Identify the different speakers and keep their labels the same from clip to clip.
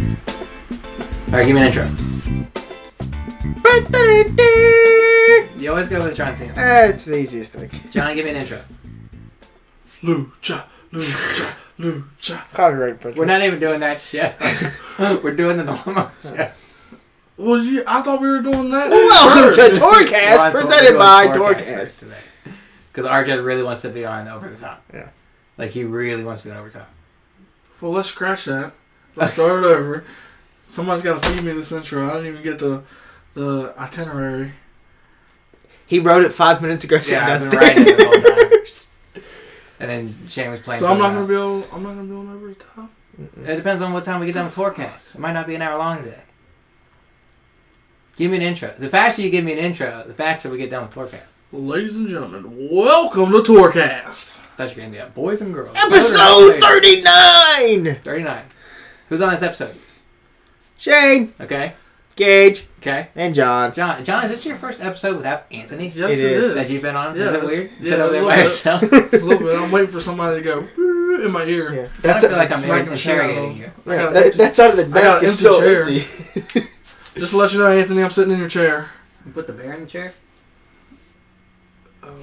Speaker 1: All right, give me an intro. You always go with John Cena.
Speaker 2: Eh, it's the easiest thing.
Speaker 1: John, give me an intro.
Speaker 3: Lucha, lucha, lucha.
Speaker 2: Copyright infringement.
Speaker 1: We're not even doing that shit. We're doing the normal shit.
Speaker 3: Was you? I thought we were doing that.
Speaker 2: Welcome to
Speaker 1: Well,
Speaker 2: Torcast,
Speaker 1: that's what
Speaker 2: presented
Speaker 1: we're doing
Speaker 2: by
Speaker 1: for Torcast first
Speaker 2: Torcast.
Speaker 1: today. Because RJ really wants to be on over the top.
Speaker 2: Yeah.
Speaker 1: Like he really wants to be on over the top.
Speaker 3: Well, let's scratch that. Let's start it over. Somebody's got to feed me this intro. I didn't even get the the itinerary.
Speaker 2: He wrote it five minutes ago, so
Speaker 1: Yeah, I've
Speaker 2: that's
Speaker 1: been writing it the whole time. And then Shane was playing.
Speaker 3: So I'm not
Speaker 1: something
Speaker 3: gonna be on. I'm not gonna be on over the top.
Speaker 1: else. It depends on what time we get done with Torcast. It might not be an hour long today. Give me an intro. The faster you give me an intro, the faster we get done with Torcast.
Speaker 3: Ladies and gentlemen, welcome to Torcast.
Speaker 1: I thought you were gonna be up. Boys and girls.
Speaker 2: Episode 39!
Speaker 1: 39. Who's on this episode?
Speaker 2: Shane,
Speaker 1: Okay.
Speaker 2: Gage,
Speaker 1: Okay.
Speaker 2: and John.
Speaker 1: John, John, is this your first episode without Anthony?
Speaker 3: Yes,
Speaker 2: It
Speaker 3: it
Speaker 2: is.
Speaker 3: is.
Speaker 1: That you've been on?
Speaker 3: Yeah,
Speaker 1: is it
Speaker 3: that's-
Speaker 1: weird?
Speaker 3: yeah,
Speaker 1: Sit over there
Speaker 3: a
Speaker 1: by
Speaker 3: little
Speaker 1: yourself.
Speaker 3: bit. a little bit. I'm waiting for somebody to go "Brrr," in my ear.
Speaker 2: Yeah,
Speaker 1: I
Speaker 2: that's,
Speaker 1: feel like I'm
Speaker 3: smacking the shit out of
Speaker 1: interrogating you.
Speaker 3: him. I
Speaker 2: yeah,
Speaker 3: gotta-
Speaker 2: that, that side of the desk
Speaker 3: got an
Speaker 2: is so
Speaker 3: empty
Speaker 2: empty.
Speaker 3: Just to let you know, Anthony, I'm sitting in your chair.
Speaker 1: You Put the bear in the chair.
Speaker 3: Oh,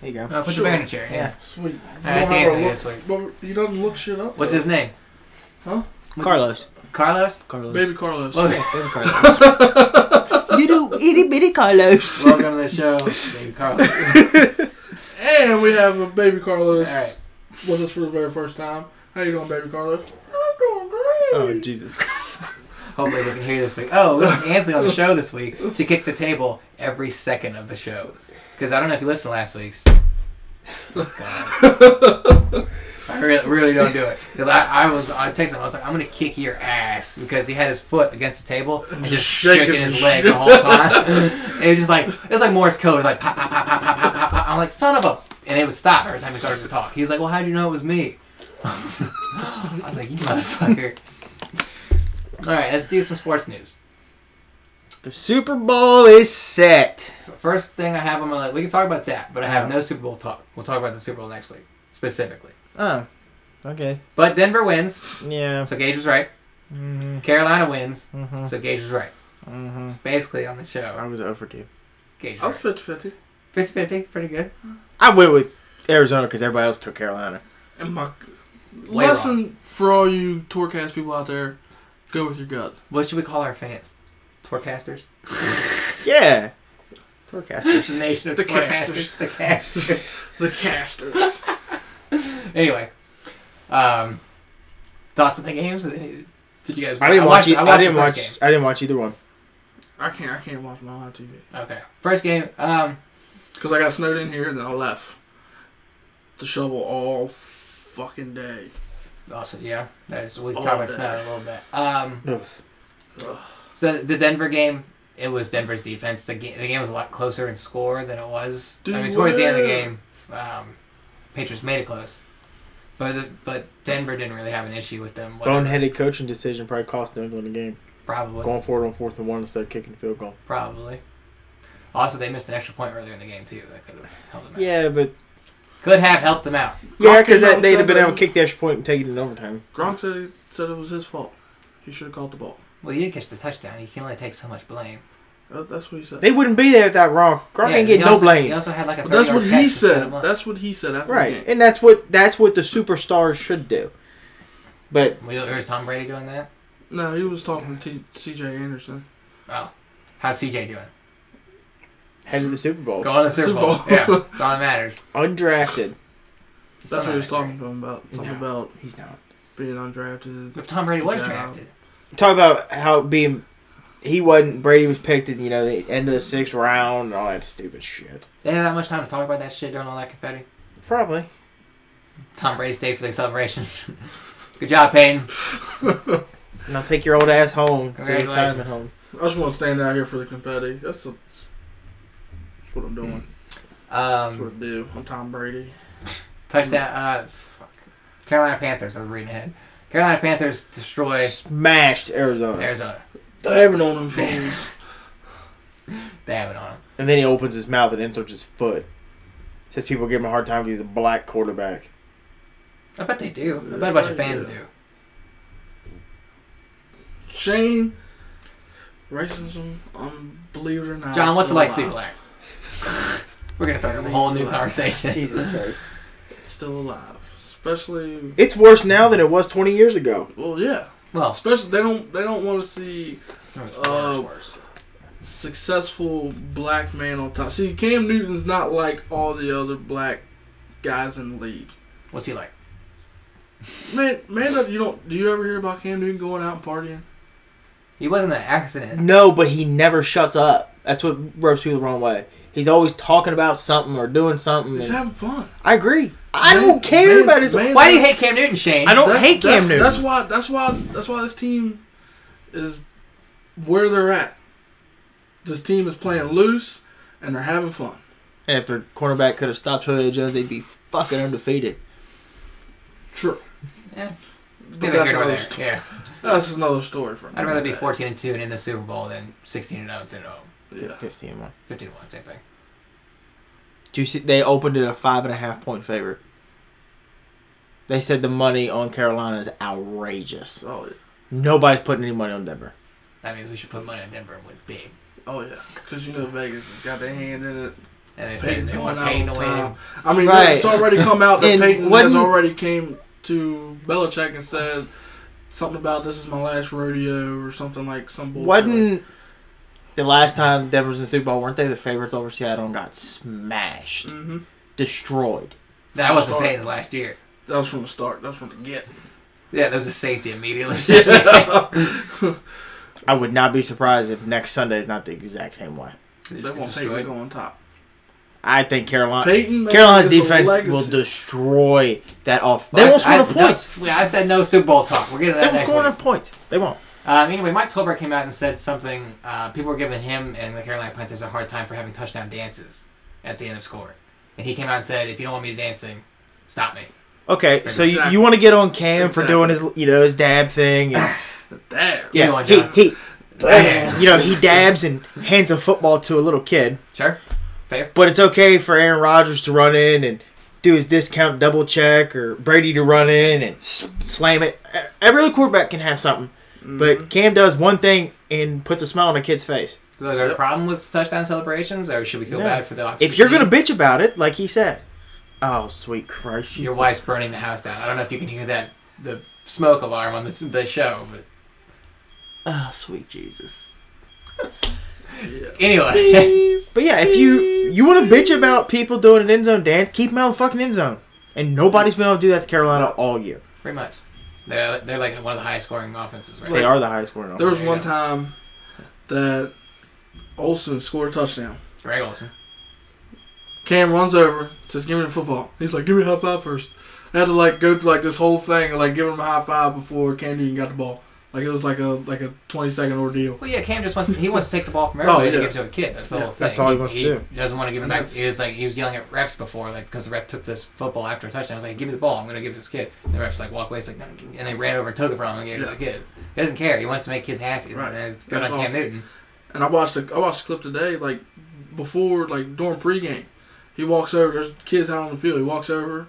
Speaker 2: There you go.
Speaker 1: No, put
Speaker 3: Sure.
Speaker 1: the bear in the chair. Yeah.
Speaker 3: sweet.
Speaker 1: All right, that's
Speaker 3: You don't
Speaker 1: Anthony
Speaker 3: have
Speaker 1: this week.
Speaker 3: a look- but you don't look shit up.
Speaker 1: What's
Speaker 3: though.
Speaker 1: his name?
Speaker 3: Huh?
Speaker 1: What's-
Speaker 2: Carlos.
Speaker 1: Carlos.
Speaker 2: Carlos.
Speaker 3: Baby Carlos.
Speaker 1: Well,
Speaker 2: Carlos. Little itty bitty Carlos.
Speaker 1: Welcome to the show, baby Carlos.
Speaker 3: And we have a baby Carlos
Speaker 1: All right.
Speaker 3: with us for the very first time. How you doing, baby Carlos?
Speaker 2: Oh, Jesus.
Speaker 1: Hopefully we can hear this week. Oh, we have Anthony on the show this week to kick the table every second of the show. Because I don't know if you listened to last week's. I really, really don't do it because I, I was I texted him I was like I'm gonna kick your ass because he had his foot against the table and just,
Speaker 3: Just
Speaker 1: shaking,
Speaker 3: shaking
Speaker 1: his
Speaker 3: his
Speaker 1: leg the whole time. and it was just like it was like Morse code. It was like pop pop pop pop pop pop pop. pop. I'm like son of a and it would stop every time he started to talk. He was like, well, how'd you know it was me? I was like, you motherfucker. All right, let's do some sports news.
Speaker 2: The Super Bowl is set.
Speaker 1: First thing I have on my list, we can talk about that, but I have no Super Bowl talk. We'll talk about the Super Bowl next week, specifically.
Speaker 2: Oh, okay.
Speaker 1: But Denver wins,
Speaker 2: Yeah.
Speaker 1: so Gage was right.
Speaker 2: Mm-hmm.
Speaker 1: Carolina wins,
Speaker 2: Mm-hmm.
Speaker 1: so Gage was right.
Speaker 2: Mm-hmm.
Speaker 1: Basically on the show,
Speaker 2: was overdue.
Speaker 1: Gage
Speaker 3: I was
Speaker 1: was
Speaker 3: 50 50.
Speaker 1: right. 50-50, pretty good.
Speaker 2: I went with Arizona because everybody else took Carolina.
Speaker 3: And my
Speaker 1: Way
Speaker 3: lesson for all you Torcast people out there go with your gut.
Speaker 1: What should we call our fans? Torcasters?
Speaker 2: Yeah.
Speaker 1: The
Speaker 2: Forecasters.
Speaker 1: nation of
Speaker 3: The
Speaker 1: Torcasters.
Speaker 3: casters.
Speaker 1: The casters.
Speaker 3: The casters.
Speaker 1: anyway, um, thoughts on the games? Did you guys?
Speaker 2: I didn't watch.
Speaker 1: watched-
Speaker 2: e- I,
Speaker 1: watched the
Speaker 2: didn't
Speaker 1: first
Speaker 2: watch. I didn't watch either one.
Speaker 3: I can't I can't watch my live TV.
Speaker 1: game. Okay, first game. Um,
Speaker 3: Because I got snowed in here and then I left. To shovel all fucking day.
Speaker 1: Awesome, yeah. That's, we can
Speaker 3: Oh,
Speaker 1: talk about
Speaker 3: man.
Speaker 1: snow in a little bit. Um,
Speaker 3: Ugh.
Speaker 1: so the Denver game, it was Denver's defense. The game, the game was a lot closer in score than it was. I
Speaker 3: Dude,
Speaker 1: mean, towards the end of the
Speaker 3: what?
Speaker 1: game, um, Patriots made it close, but the, but Denver didn't really have an issue with them. whatever.
Speaker 2: Boneheaded coaching decision probably cost New England a game.
Speaker 1: Probably,
Speaker 2: Going forward on fourth and one instead of kicking the field goal.
Speaker 1: probably. Also, they missed an extra point earlier in the game too. That could have helped them out.
Speaker 2: Yeah, but
Speaker 1: Could have helped them out.
Speaker 2: yeah, because
Speaker 3: came out
Speaker 2: that
Speaker 3: and
Speaker 2: they'd
Speaker 3: said
Speaker 2: have been
Speaker 3: that-
Speaker 2: able to kick the extra point and take it in overtime.
Speaker 3: Gronk said, it- said it was his fault. He should have caught the ball.
Speaker 1: Well, you did catch the touchdown. You can only take so much blame.
Speaker 3: That, that's what he said.
Speaker 2: They wouldn't be there without Gronk. Gronk
Speaker 1: Yeah,
Speaker 2: ain't getting
Speaker 1: he
Speaker 2: no
Speaker 1: also- He
Speaker 2: blame.
Speaker 1: also had like a.
Speaker 3: But that's
Speaker 1: 30-yard
Speaker 3: what
Speaker 1: catch
Speaker 3: he
Speaker 1: to set
Speaker 3: said.
Speaker 1: him up.
Speaker 3: That's what he said after the
Speaker 2: Right,
Speaker 3: game.
Speaker 2: and that's what that's what the superstars should do. But
Speaker 1: We heard Tom Brady doing that.
Speaker 3: No, he was talking to T- C.J. Anderson.
Speaker 1: Oh, how's CJ doing?
Speaker 2: head to the Super Bowl,
Speaker 1: Go on the Super
Speaker 3: Oh,
Speaker 1: Bowl.
Speaker 3: Super Bowl.
Speaker 1: yeah, that's all that matters.
Speaker 2: undrafted.
Speaker 1: It's
Speaker 3: That's
Speaker 1: not
Speaker 3: what he was
Speaker 1: that
Speaker 3: talking to him about. Something
Speaker 2: No.
Speaker 3: about
Speaker 2: He's not.
Speaker 3: being undrafted.
Speaker 1: great. But Tom Brady was
Speaker 3: Yeah.
Speaker 1: drafted.
Speaker 2: talk about how being he wasn't Brady was picked at you know the end of the sixth round and all that stupid shit.
Speaker 1: They have that much time to talk about that shit during all that confetti.
Speaker 2: Probably.
Speaker 1: Tom Brady stayed for the celebrations. Good job, Peyton.
Speaker 2: Now take your old ass home to your
Speaker 1: Congratulations.
Speaker 2: retirement home.
Speaker 3: I just want to stand out here for the confetti. That's, a, that's what I'm doing. That's what
Speaker 1: Um,
Speaker 3: I do. I'm Tom Brady.
Speaker 1: touchdown. Uh, fuck. Carolina Panthers. I was reading ahead. Carolina Panthers destroy
Speaker 2: Smashed Arizona,
Speaker 1: Arizona.
Speaker 3: Diving on them fools.
Speaker 1: They have it on them.
Speaker 2: and then he opens his mouth and inserts his foot. Says people give him a hard time because he's a black quarterback.
Speaker 1: I bet they do. I bet a bunch of fans do.
Speaker 3: Shane, racism, um, believe it or not.
Speaker 1: John, what's it
Speaker 3: still
Speaker 1: like to be
Speaker 3: alive.
Speaker 1: black? We're gonna start a whole new conversation.
Speaker 2: Jesus Christ.
Speaker 3: It's still alive, especially.
Speaker 2: It's worse now than it was 20 years ago.
Speaker 3: Well, yeah,
Speaker 1: Well,
Speaker 3: especially they don't they don't want to see
Speaker 1: it's
Speaker 3: Uh,
Speaker 1: worse.
Speaker 3: successful black man on top. See, Cam Newton's not like all the other black guys in the league.
Speaker 1: What's he like?
Speaker 3: Man, man, up! You don't. Do you ever hear about Cam Newton going out and partying?
Speaker 1: He wasn't an accident.
Speaker 2: No, but he never shuts up. That's what rubs people the wrong way. He's always talking about something or doing something.
Speaker 3: He's
Speaker 2: and-
Speaker 3: having fun.
Speaker 2: I agree. I
Speaker 3: Man-
Speaker 2: don't care
Speaker 3: man-
Speaker 2: about his.
Speaker 3: man-
Speaker 1: Why do you hate Cam Newton, Shane?
Speaker 2: I don't
Speaker 3: That's-
Speaker 2: hate Cam
Speaker 3: that's-
Speaker 2: Newton.
Speaker 3: That's why. That's why. That's why this team is where they're at. This team is playing loose and they're having fun.
Speaker 2: And if their cornerback could have stopped Julio Jones, they'd be fucking undefeated.
Speaker 3: True.
Speaker 1: Yeah.
Speaker 3: But
Speaker 1: Neither
Speaker 3: that's
Speaker 1: here nor
Speaker 3: another,
Speaker 1: there.
Speaker 3: story.
Speaker 1: Yeah.
Speaker 3: that's another story for
Speaker 1: I'd rather be
Speaker 3: another day.
Speaker 1: 14 and two and in the Super Bowl than 16 and 0 and 0.
Speaker 3: Yeah.
Speaker 2: 15 more.
Speaker 1: 15 and 1, same thing.
Speaker 2: Do you see, they opened it a five and a half point favorite. They said the money on Carolina is outrageous.
Speaker 3: Oh yeah.
Speaker 2: Nobody's putting any money on Denver.
Speaker 1: That means we should put money on Denver and win big.
Speaker 3: Oh yeah. Because you know Vegas has got their hand in it.
Speaker 1: And they say
Speaker 3: Peyton's
Speaker 1: they
Speaker 3: going
Speaker 1: want
Speaker 3: out
Speaker 1: Payton to
Speaker 3: on
Speaker 1: win.
Speaker 3: top. I mean,
Speaker 2: Right.
Speaker 3: it's already come out that
Speaker 2: And
Speaker 3: Peyton has
Speaker 2: wasn't-
Speaker 3: already came to Belichick and said something about this is my last rodeo or something like some bullshit.
Speaker 2: Wasn't the last time Denver was in the Super Bowl, weren't they the favorites over Seattle and got smashed?
Speaker 3: hmm
Speaker 2: Destroyed.
Speaker 1: That wasn't
Speaker 3: Sorry.
Speaker 1: Payton's last year.
Speaker 3: That was from the start. That was from the get.
Speaker 1: Yeah, there was a safety immediately.
Speaker 2: I would not be surprised if next Sunday is not the exact same way.
Speaker 1: They
Speaker 3: They
Speaker 1: just
Speaker 3: want Peyton to
Speaker 1: destroyed.
Speaker 3: go on top.
Speaker 2: I think Carolina
Speaker 3: Peyton Manning
Speaker 2: Uh, Carolina's
Speaker 3: is a
Speaker 2: defense
Speaker 3: legacy.
Speaker 2: will destroy that off.
Speaker 1: Well,
Speaker 2: They
Speaker 1: I-
Speaker 2: won't score
Speaker 1: I-
Speaker 2: enough
Speaker 1: no,
Speaker 2: points.
Speaker 1: yeah, I said no Super Bowl talk. We're getting to
Speaker 2: They
Speaker 1: that
Speaker 2: won't
Speaker 1: next
Speaker 2: score
Speaker 1: week.
Speaker 2: enough points. They won't.
Speaker 1: Um, anyway, Mike Tolbert came out and said something. Uh, people were giving him and the Carolina Panthers a hard time for having touchdown dances at the end of scoring. And he came out and said, if you don't want me to dancing, stop me.
Speaker 2: Okay, so you,
Speaker 3: Exactly.
Speaker 2: you want to get on Cam for
Speaker 3: Exactly.
Speaker 2: doing his you know his dab thing? And,
Speaker 3: Damn.
Speaker 1: Come
Speaker 2: yeah,
Speaker 1: on,
Speaker 2: he
Speaker 1: John.
Speaker 2: he
Speaker 1: Damn.
Speaker 2: you know he dabs and hands a football to a little kid,
Speaker 1: Sure? Fair?
Speaker 2: but it's okay for Aaron Rodgers to run in and do his discount double check or Brady to run in and s- slam it. E- Every other quarterback can have something, but
Speaker 3: Mm-hmm.
Speaker 2: Cam does one thing and puts a smile on a kid's face.
Speaker 1: So is there a problem with touchdown celebrations, or should we feel
Speaker 2: No.
Speaker 1: bad for the opposition
Speaker 2: If you're
Speaker 1: team?
Speaker 2: gonna bitch about it, like he said, Mm-hmm. oh sweet Christ, you
Speaker 1: Your wife's burning the house down. I don't know if you can hear that, the smoke alarm on this, the show, but
Speaker 2: Oh, sweet Jesus.
Speaker 1: anyway.
Speaker 2: but yeah, if you you want to bitch about people doing an end zone dance, keep them out of the fucking end zone. And nobody's been able to do that to Carolina all year.
Speaker 1: Pretty much. They're, they're like one of the highest scoring offenses, right?
Speaker 2: They are the highest scoring
Speaker 3: There
Speaker 2: offense.
Speaker 3: was one time that Olsen scored a touchdown.
Speaker 1: Greg Olson.
Speaker 3: Cam runs over, says, "Give me the football." He's like, "Give me a high five first. I had to like go through like this whole thing and like give him a high five before Cam Newton got the ball. Like it was like a like a twenty second ordeal.
Speaker 1: Well, yeah, Cam just wants he wants to take the ball
Speaker 2: Oh,
Speaker 1: from everybody
Speaker 3: yeah.
Speaker 1: to give it to a kid. That's the
Speaker 3: Yeah,
Speaker 1: whole thing.
Speaker 2: that's all he wants to do.
Speaker 1: doesn't want to give it
Speaker 3: And
Speaker 1: back.
Speaker 3: that's-
Speaker 1: He was like he was yelling at refs before, like because the ref took this football after a touchdown. I was like, "Give me the ball! I'm going to give it to this kid." And the refs like walk away. It's like, "No," give me-" and they ran over and took it from him and gave it to the kid. He doesn't care. He wants to make kids happy.
Speaker 3: Right.
Speaker 1: And it's good
Speaker 3: That's
Speaker 1: on Cam
Speaker 3: awesome.
Speaker 1: Newton.
Speaker 3: And I watched the I watched the clip today like before like during pregame. He walks over. There's kids out on the field. He walks over,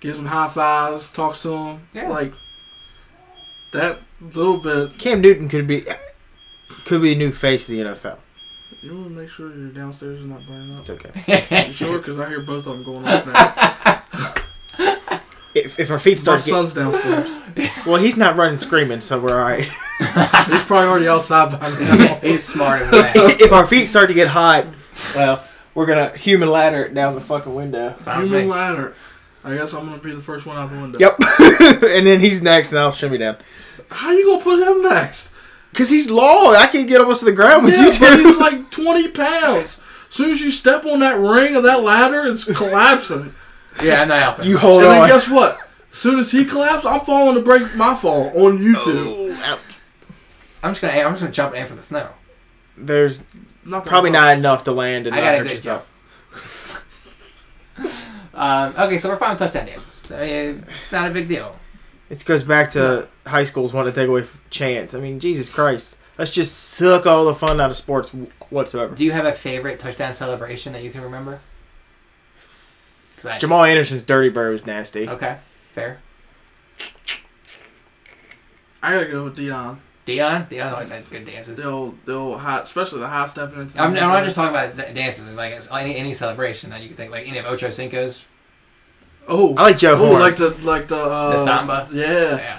Speaker 3: gives them high fives, talks to them.
Speaker 1: Yeah.
Speaker 3: Like that little bit.
Speaker 2: Cam Newton could be could be a new face of the NFL.
Speaker 3: You want to make sure your downstairs is not burning up.
Speaker 2: It's okay.
Speaker 3: You sure? Because I hear both of them going off now.
Speaker 2: If, if our feet
Speaker 3: My
Speaker 2: start getting,
Speaker 3: son's downstairs.
Speaker 2: well, he's not running screaming, so we're all right.
Speaker 3: He's probably already outside by now.
Speaker 1: He's smarter than that.
Speaker 2: if our feet start to get hot, well, we're gonna human ladder it down the fucking window.
Speaker 1: Found
Speaker 3: Human
Speaker 1: me.
Speaker 3: ladder. I guess I'm gonna be the first one out the window.
Speaker 2: Yep. and then he's next, and I'll shimmy down.
Speaker 3: How you gonna put him next?
Speaker 2: Cause he's long. I can get almost to the ground with
Speaker 3: yeah,
Speaker 2: you
Speaker 3: but he's
Speaker 2: two.
Speaker 3: like 20 pounds. soon as you step on that ring of that ladder, it's collapsing.
Speaker 1: Yeah, I'm not helping.
Speaker 2: you hold
Speaker 3: and then
Speaker 2: on.
Speaker 3: guess what? soon as he collapses, I'm falling to break my fall on YouTube.
Speaker 2: Ooh, ouch.
Speaker 1: I'm just gonna I'm just gonna jump and aim for the snow.
Speaker 2: There's
Speaker 3: Not gonna
Speaker 2: probably
Speaker 3: work.
Speaker 2: not enough to land and
Speaker 1: I
Speaker 2: not
Speaker 1: got a
Speaker 2: hurt
Speaker 1: good
Speaker 2: yourself.
Speaker 1: Um, okay, so we're fine with touchdown dances. I mean, not a big deal.
Speaker 2: It goes back to high schools wanting to take away f- chance. I mean, Jesus Christ. Let's just suck all the fun out of sports wh- whatsoever.
Speaker 1: Do you have a favorite touchdown celebration that you can remember? 'Cause I-
Speaker 2: Jamal Anderson's dirty bird was nasty.
Speaker 1: Okay, fair.
Speaker 3: I gotta go with Dion.
Speaker 1: Dion, Dion always had good dances.
Speaker 3: The old, the old high, especially the high stepping. into the
Speaker 1: I'm, I'm not
Speaker 3: middle.
Speaker 1: just talking about the dances. Like it's any any celebration that you can think, like any of Ocho Cinco's.
Speaker 3: Oh,
Speaker 2: I like Joe
Speaker 3: oh,
Speaker 2: Horn.
Speaker 3: like the like the uh,
Speaker 1: The samba?
Speaker 3: Yeah,
Speaker 1: Yeah,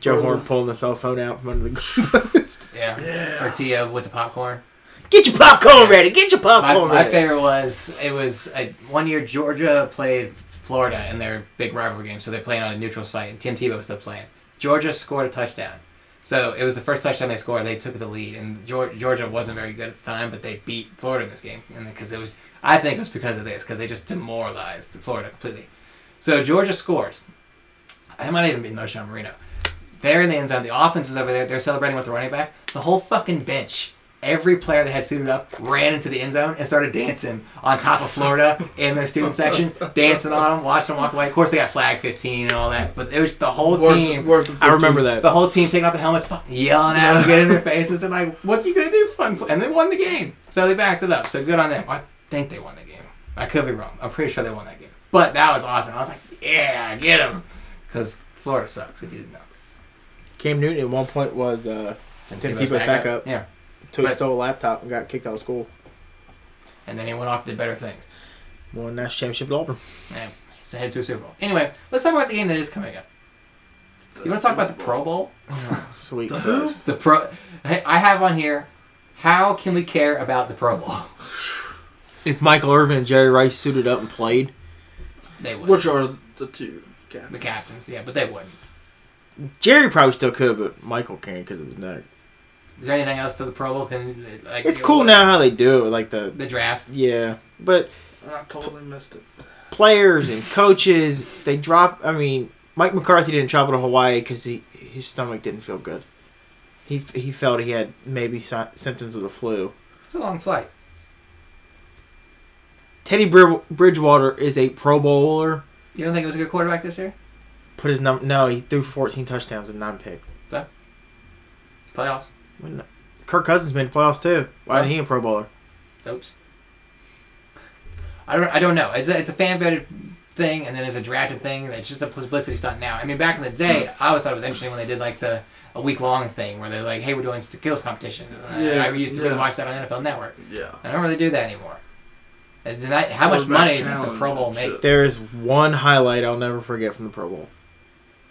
Speaker 2: Joe Horn pulling the cell phone out from under the.
Speaker 1: yeah.
Speaker 3: yeah.
Speaker 1: Or Tio with the popcorn.
Speaker 2: Get your popcorn ready. Get your
Speaker 1: My,
Speaker 2: popcorn
Speaker 1: my
Speaker 2: ready.
Speaker 1: favorite was it was a, one year Georgia played Florida in their big rivalry game, so they're playing on a neutral site, and Tim Tebow was still playing. Georgia scored a touchdown, so it was the first touchdown they scored. They took the lead, and Geor- Georgia wasn't very good at the time, but they beat Florida in this game, and because it was, I think it was because of this, because they just demoralized Florida completely. So Georgia scores. It might even be no Sean Marino. They're in the end zone. The offense is over there. They're celebrating with the running back. The whole fucking bench, every player that had suited up, ran into the end zone and started dancing on top of Florida in their student section, dancing on them, watching them walk away. Of course, they got flag 15 and all that, but it was the whole
Speaker 3: Worth-
Speaker 1: team.
Speaker 3: worth the
Speaker 2: I remember
Speaker 3: 15.
Speaker 2: that.
Speaker 1: The whole team taking off the helmets, fuck, yelling at them, getting in their faces, and like, "What you gonna do, fun?" fl-" And they won the game, so they backed it up. So good on them. I think they won the game. I could be wrong. I'm pretty sure they won that game. But that was awesome. I was like, "Yeah, get them," because Florida sucks. If you didn't know,
Speaker 2: Cam Newton at one point was uh, Tim Tebow's backup.
Speaker 1: Yeah,
Speaker 2: till he
Speaker 1: Right.
Speaker 2: stole a laptop and got kicked out of school.
Speaker 1: and then he went off to better things.
Speaker 2: Won a national championship at Auburn.
Speaker 1: Yeah, so head to a Super Bowl. Anyway, let's talk about the game that is coming up. You want to talk about the Pro Bowl?
Speaker 2: Sweet.
Speaker 3: The who?
Speaker 2: Christ.
Speaker 1: The Pro. I I have on here. How can we care about the Pro Bowl?
Speaker 2: If Michael Irvin and Jerry Rice suited up and played,
Speaker 1: They would.
Speaker 3: Which are the two?
Speaker 1: the
Speaker 3: Captains?
Speaker 1: captains, yeah, but they wouldn't.
Speaker 2: Jerry probably still could, but Michael can't because of his neck.
Speaker 1: Is there anything else to the Pro Bowl? Can like
Speaker 2: It's cool now how they do it, like the
Speaker 1: The draft.
Speaker 2: yeah, but
Speaker 3: I totally missed it.
Speaker 2: players and coaches they drop. I mean, Mike McCarthy didn't travel to Hawaii because he his stomach didn't feel good. He he felt he had maybe si- symptoms of the flu.
Speaker 1: It's a long flight.
Speaker 2: Teddy Brid- Bridgewater is a Pro Bowler.
Speaker 1: You don't think it was a good quarterback this year?
Speaker 2: Put his num no, he threw 14 touchdowns and nine picks.
Speaker 1: Playoffs.
Speaker 2: When- Kirk Cousins made the playoffs too. Why didn't he a Pro Bowler?
Speaker 1: Oops. I don't. I don't know. It's a, it's a fan voted thing, and then it's a drafted thing. and It's just a publicity stunt now. I mean, back in the day, I always thought it was interesting when they did like the a week long thing where they're like, "Hey, we're doing skills competition." And I-
Speaker 3: Yeah,
Speaker 1: I used to really
Speaker 3: yeah.
Speaker 1: watch that on NFL Network.
Speaker 3: Yeah.
Speaker 1: I don't really do that anymore. It's not, how much
Speaker 3: Quarterback
Speaker 1: money does the
Speaker 3: challenge
Speaker 1: Pro Bowl
Speaker 3: and
Speaker 1: make?
Speaker 3: shit.
Speaker 2: There is one highlight I'll never forget from the Pro Bowl.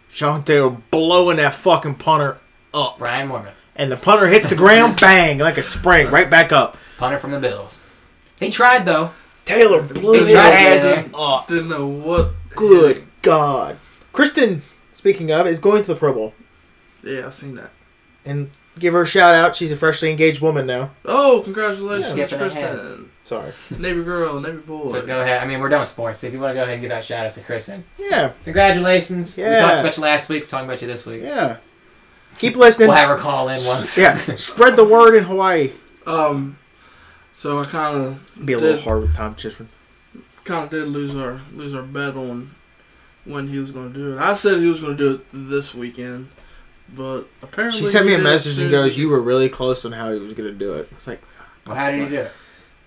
Speaker 2: Sean Taylor blowing that fucking punter up.
Speaker 1: Brian Mormon,
Speaker 2: And the punter hits the ground, bang, like a spring, right back up.
Speaker 1: punter from the Bills. He tried though.
Speaker 2: Taylor blew his
Speaker 1: tried
Speaker 2: ass
Speaker 1: again.
Speaker 2: up.
Speaker 3: Didn't know what.
Speaker 2: Good God. Kristen, speaking of, is going to the Pro Bowl.
Speaker 3: Yeah, I seen that.
Speaker 2: And give her a shout out. She's a freshly engaged woman now.
Speaker 3: Oh, congratulations,
Speaker 1: Yeah. Skipping
Speaker 3: Kristen.
Speaker 2: Sorry.
Speaker 3: Navy girl, Navy boy.
Speaker 1: So go ahead. I mean, we're done with sports. If you want to go ahead and give out shout outs to Kristen,
Speaker 2: Yeah,
Speaker 1: congratulations. We
Speaker 2: Yeah.
Speaker 1: talked about you last week. We're talking about you this week.
Speaker 2: yeah. Keep listening.
Speaker 1: We'll have her call in once.
Speaker 2: yeah, spread the word in Hawaii.
Speaker 3: Um, so I kind of
Speaker 2: Be a
Speaker 3: Dude.
Speaker 2: little hard with Tom Chisholm.
Speaker 3: kind of did lose our lose our bet on when he was going to do it. I said he was going to do it this weekend, but apparently
Speaker 2: She sent me
Speaker 3: he
Speaker 2: a
Speaker 3: did it as
Speaker 2: message
Speaker 3: soon
Speaker 2: and
Speaker 3: as
Speaker 2: goes,
Speaker 3: he-
Speaker 2: "You were really close on how he was gonna do it." It's like
Speaker 1: Well, how did you do it?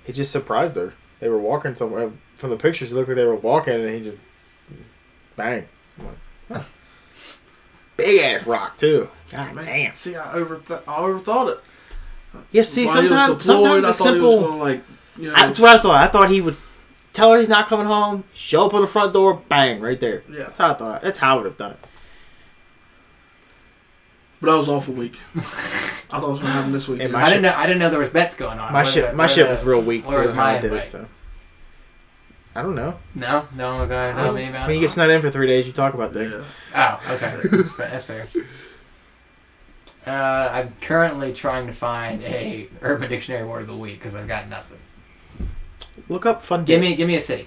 Speaker 2: it just surprised her. They were walking somewhere. From the pictures, it looked like they were walking, and he just bang. I'm like, huh. Big ass rock too. God
Speaker 3: Man, see, I overth- I overthought it.
Speaker 2: Yeah, see,
Speaker 3: While he was
Speaker 2: sometimes
Speaker 3: deployed,
Speaker 2: sometimes
Speaker 3: I
Speaker 2: a
Speaker 3: thought he was
Speaker 2: simple.
Speaker 3: gonna, like you know,
Speaker 2: That's what I thought. I thought he would tell her he's not coming home. Show up on the front door, bang, right there.
Speaker 3: yeah.
Speaker 2: That's how I thought. That's how I would have done it.
Speaker 3: But I was awful week. I thought it was going to happen this weekend.
Speaker 2: And my
Speaker 1: I
Speaker 2: shit-
Speaker 1: didn't know. I didn't know there was bets going on.
Speaker 2: My
Speaker 1: Where
Speaker 2: shit,
Speaker 1: the-
Speaker 2: my
Speaker 1: where
Speaker 2: shit
Speaker 1: the-
Speaker 2: was real weak.
Speaker 1: where
Speaker 2: too,
Speaker 1: was
Speaker 2: how
Speaker 1: my
Speaker 2: I did
Speaker 1: invite?
Speaker 2: it. So I don't know.
Speaker 1: No, no one guys
Speaker 3: Oh,
Speaker 1: tell me about.
Speaker 2: Um, When you get snowed in for three days, you talk about things.
Speaker 3: Yeah.
Speaker 1: Oh, okay, That's fair- that's fair. Uh, I'm currently trying to find a Urban Dictionary word of the week because I've got nothing.
Speaker 2: Look up fun.
Speaker 1: Give
Speaker 2: dip.
Speaker 1: me, give me a city.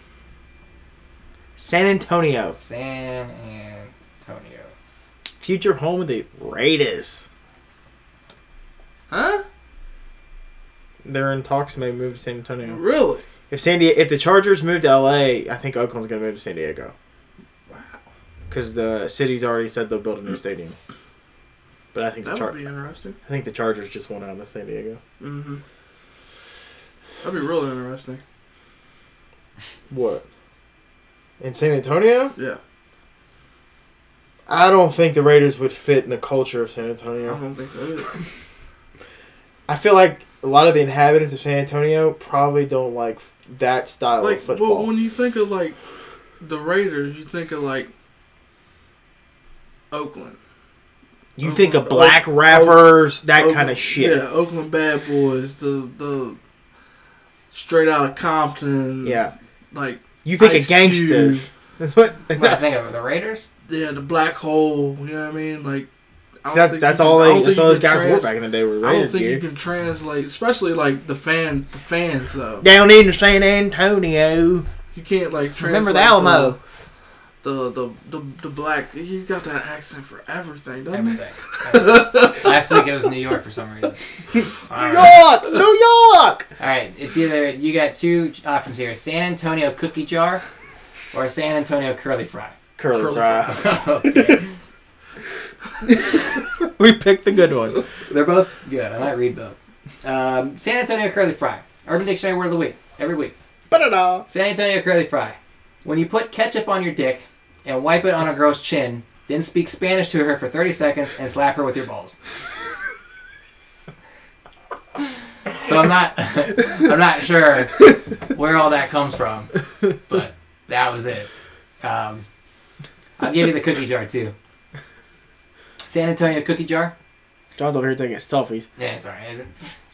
Speaker 2: San Antonio,
Speaker 1: San Antonio.
Speaker 2: future home of the Raiders.
Speaker 3: Huh?
Speaker 2: They're in talks to maybe move to San Antonio.
Speaker 3: Really?
Speaker 2: If San Diego, if the Chargers move to LA, I think Oakland's gonna move to San Diego.
Speaker 3: Wow.
Speaker 2: because the city's already said they'll build a new stadium. But I think the
Speaker 3: That
Speaker 2: Char-
Speaker 3: would be interesting.
Speaker 2: I think the Chargers just won out of San Diego.
Speaker 3: Mm-hmm. That'd be really interesting.
Speaker 2: What? in San Antonio,
Speaker 3: Yeah,
Speaker 2: I don't think the Raiders would fit in the culture of San
Speaker 3: I
Speaker 2: Antonio.
Speaker 3: don't think so. Either.
Speaker 2: I feel like a lot of the inhabitants of San Antonio probably don't like f- that style
Speaker 3: Like,
Speaker 2: of football.
Speaker 3: well, when you think of like the Raiders, you think of like Oakland.
Speaker 2: you think of black rappers, that
Speaker 3: Oakland-
Speaker 2: kind of shit.
Speaker 3: Yeah, Oakland Bad Boys, the the straight out of Compton.
Speaker 2: Yeah.
Speaker 3: like
Speaker 2: You think
Speaker 3: Ice
Speaker 2: of gangsters.
Speaker 3: Cube.
Speaker 2: That's what.
Speaker 1: What I think of the Raiders.
Speaker 3: Yeah, the black hole. You know what I mean? Like, I don't
Speaker 2: That,
Speaker 3: think
Speaker 2: that's
Speaker 3: you
Speaker 2: all.
Speaker 3: can- I
Speaker 2: They,
Speaker 3: don't
Speaker 2: that's
Speaker 3: think
Speaker 2: all
Speaker 3: you
Speaker 2: those
Speaker 3: can
Speaker 2: guys wore
Speaker 3: trans-
Speaker 2: back in the day were
Speaker 3: I don't
Speaker 2: Raiders
Speaker 3: think you
Speaker 2: gear.
Speaker 3: can translate, especially like the fan, the fans though.
Speaker 2: Down in San Antonio,
Speaker 3: You can't like translate.
Speaker 2: remember the Alamo?
Speaker 3: The the, the, the, black. He's got that accent for everything, doesn't he?
Speaker 1: Everything. Everything. Last week it was New York for some reason. All
Speaker 2: New
Speaker 1: right.
Speaker 2: York, New York.
Speaker 1: All right. It's either you got two options here: San Antonio cookie jar, or San Antonio curly fry.
Speaker 2: Curly,
Speaker 3: Curly
Speaker 2: fry.
Speaker 1: okay.
Speaker 2: we picked the good one.
Speaker 1: They're both good. I might read both. Um, San Antonio curly fry. Urban Dictionary word of the week every week.
Speaker 2: Ba-da-da.
Speaker 1: San Antonio curly fry. When you put ketchup on your dick and wipe it on a girl's chin, then speak Spanish to her for 30 seconds and slap her with your balls. so I'm not, I'm not sure where all that comes from, but that was it. Um, I'll give you the cookie jar too. San Antonio cookie jar.
Speaker 2: John's over here taking selfies.
Speaker 1: Yeah, sorry.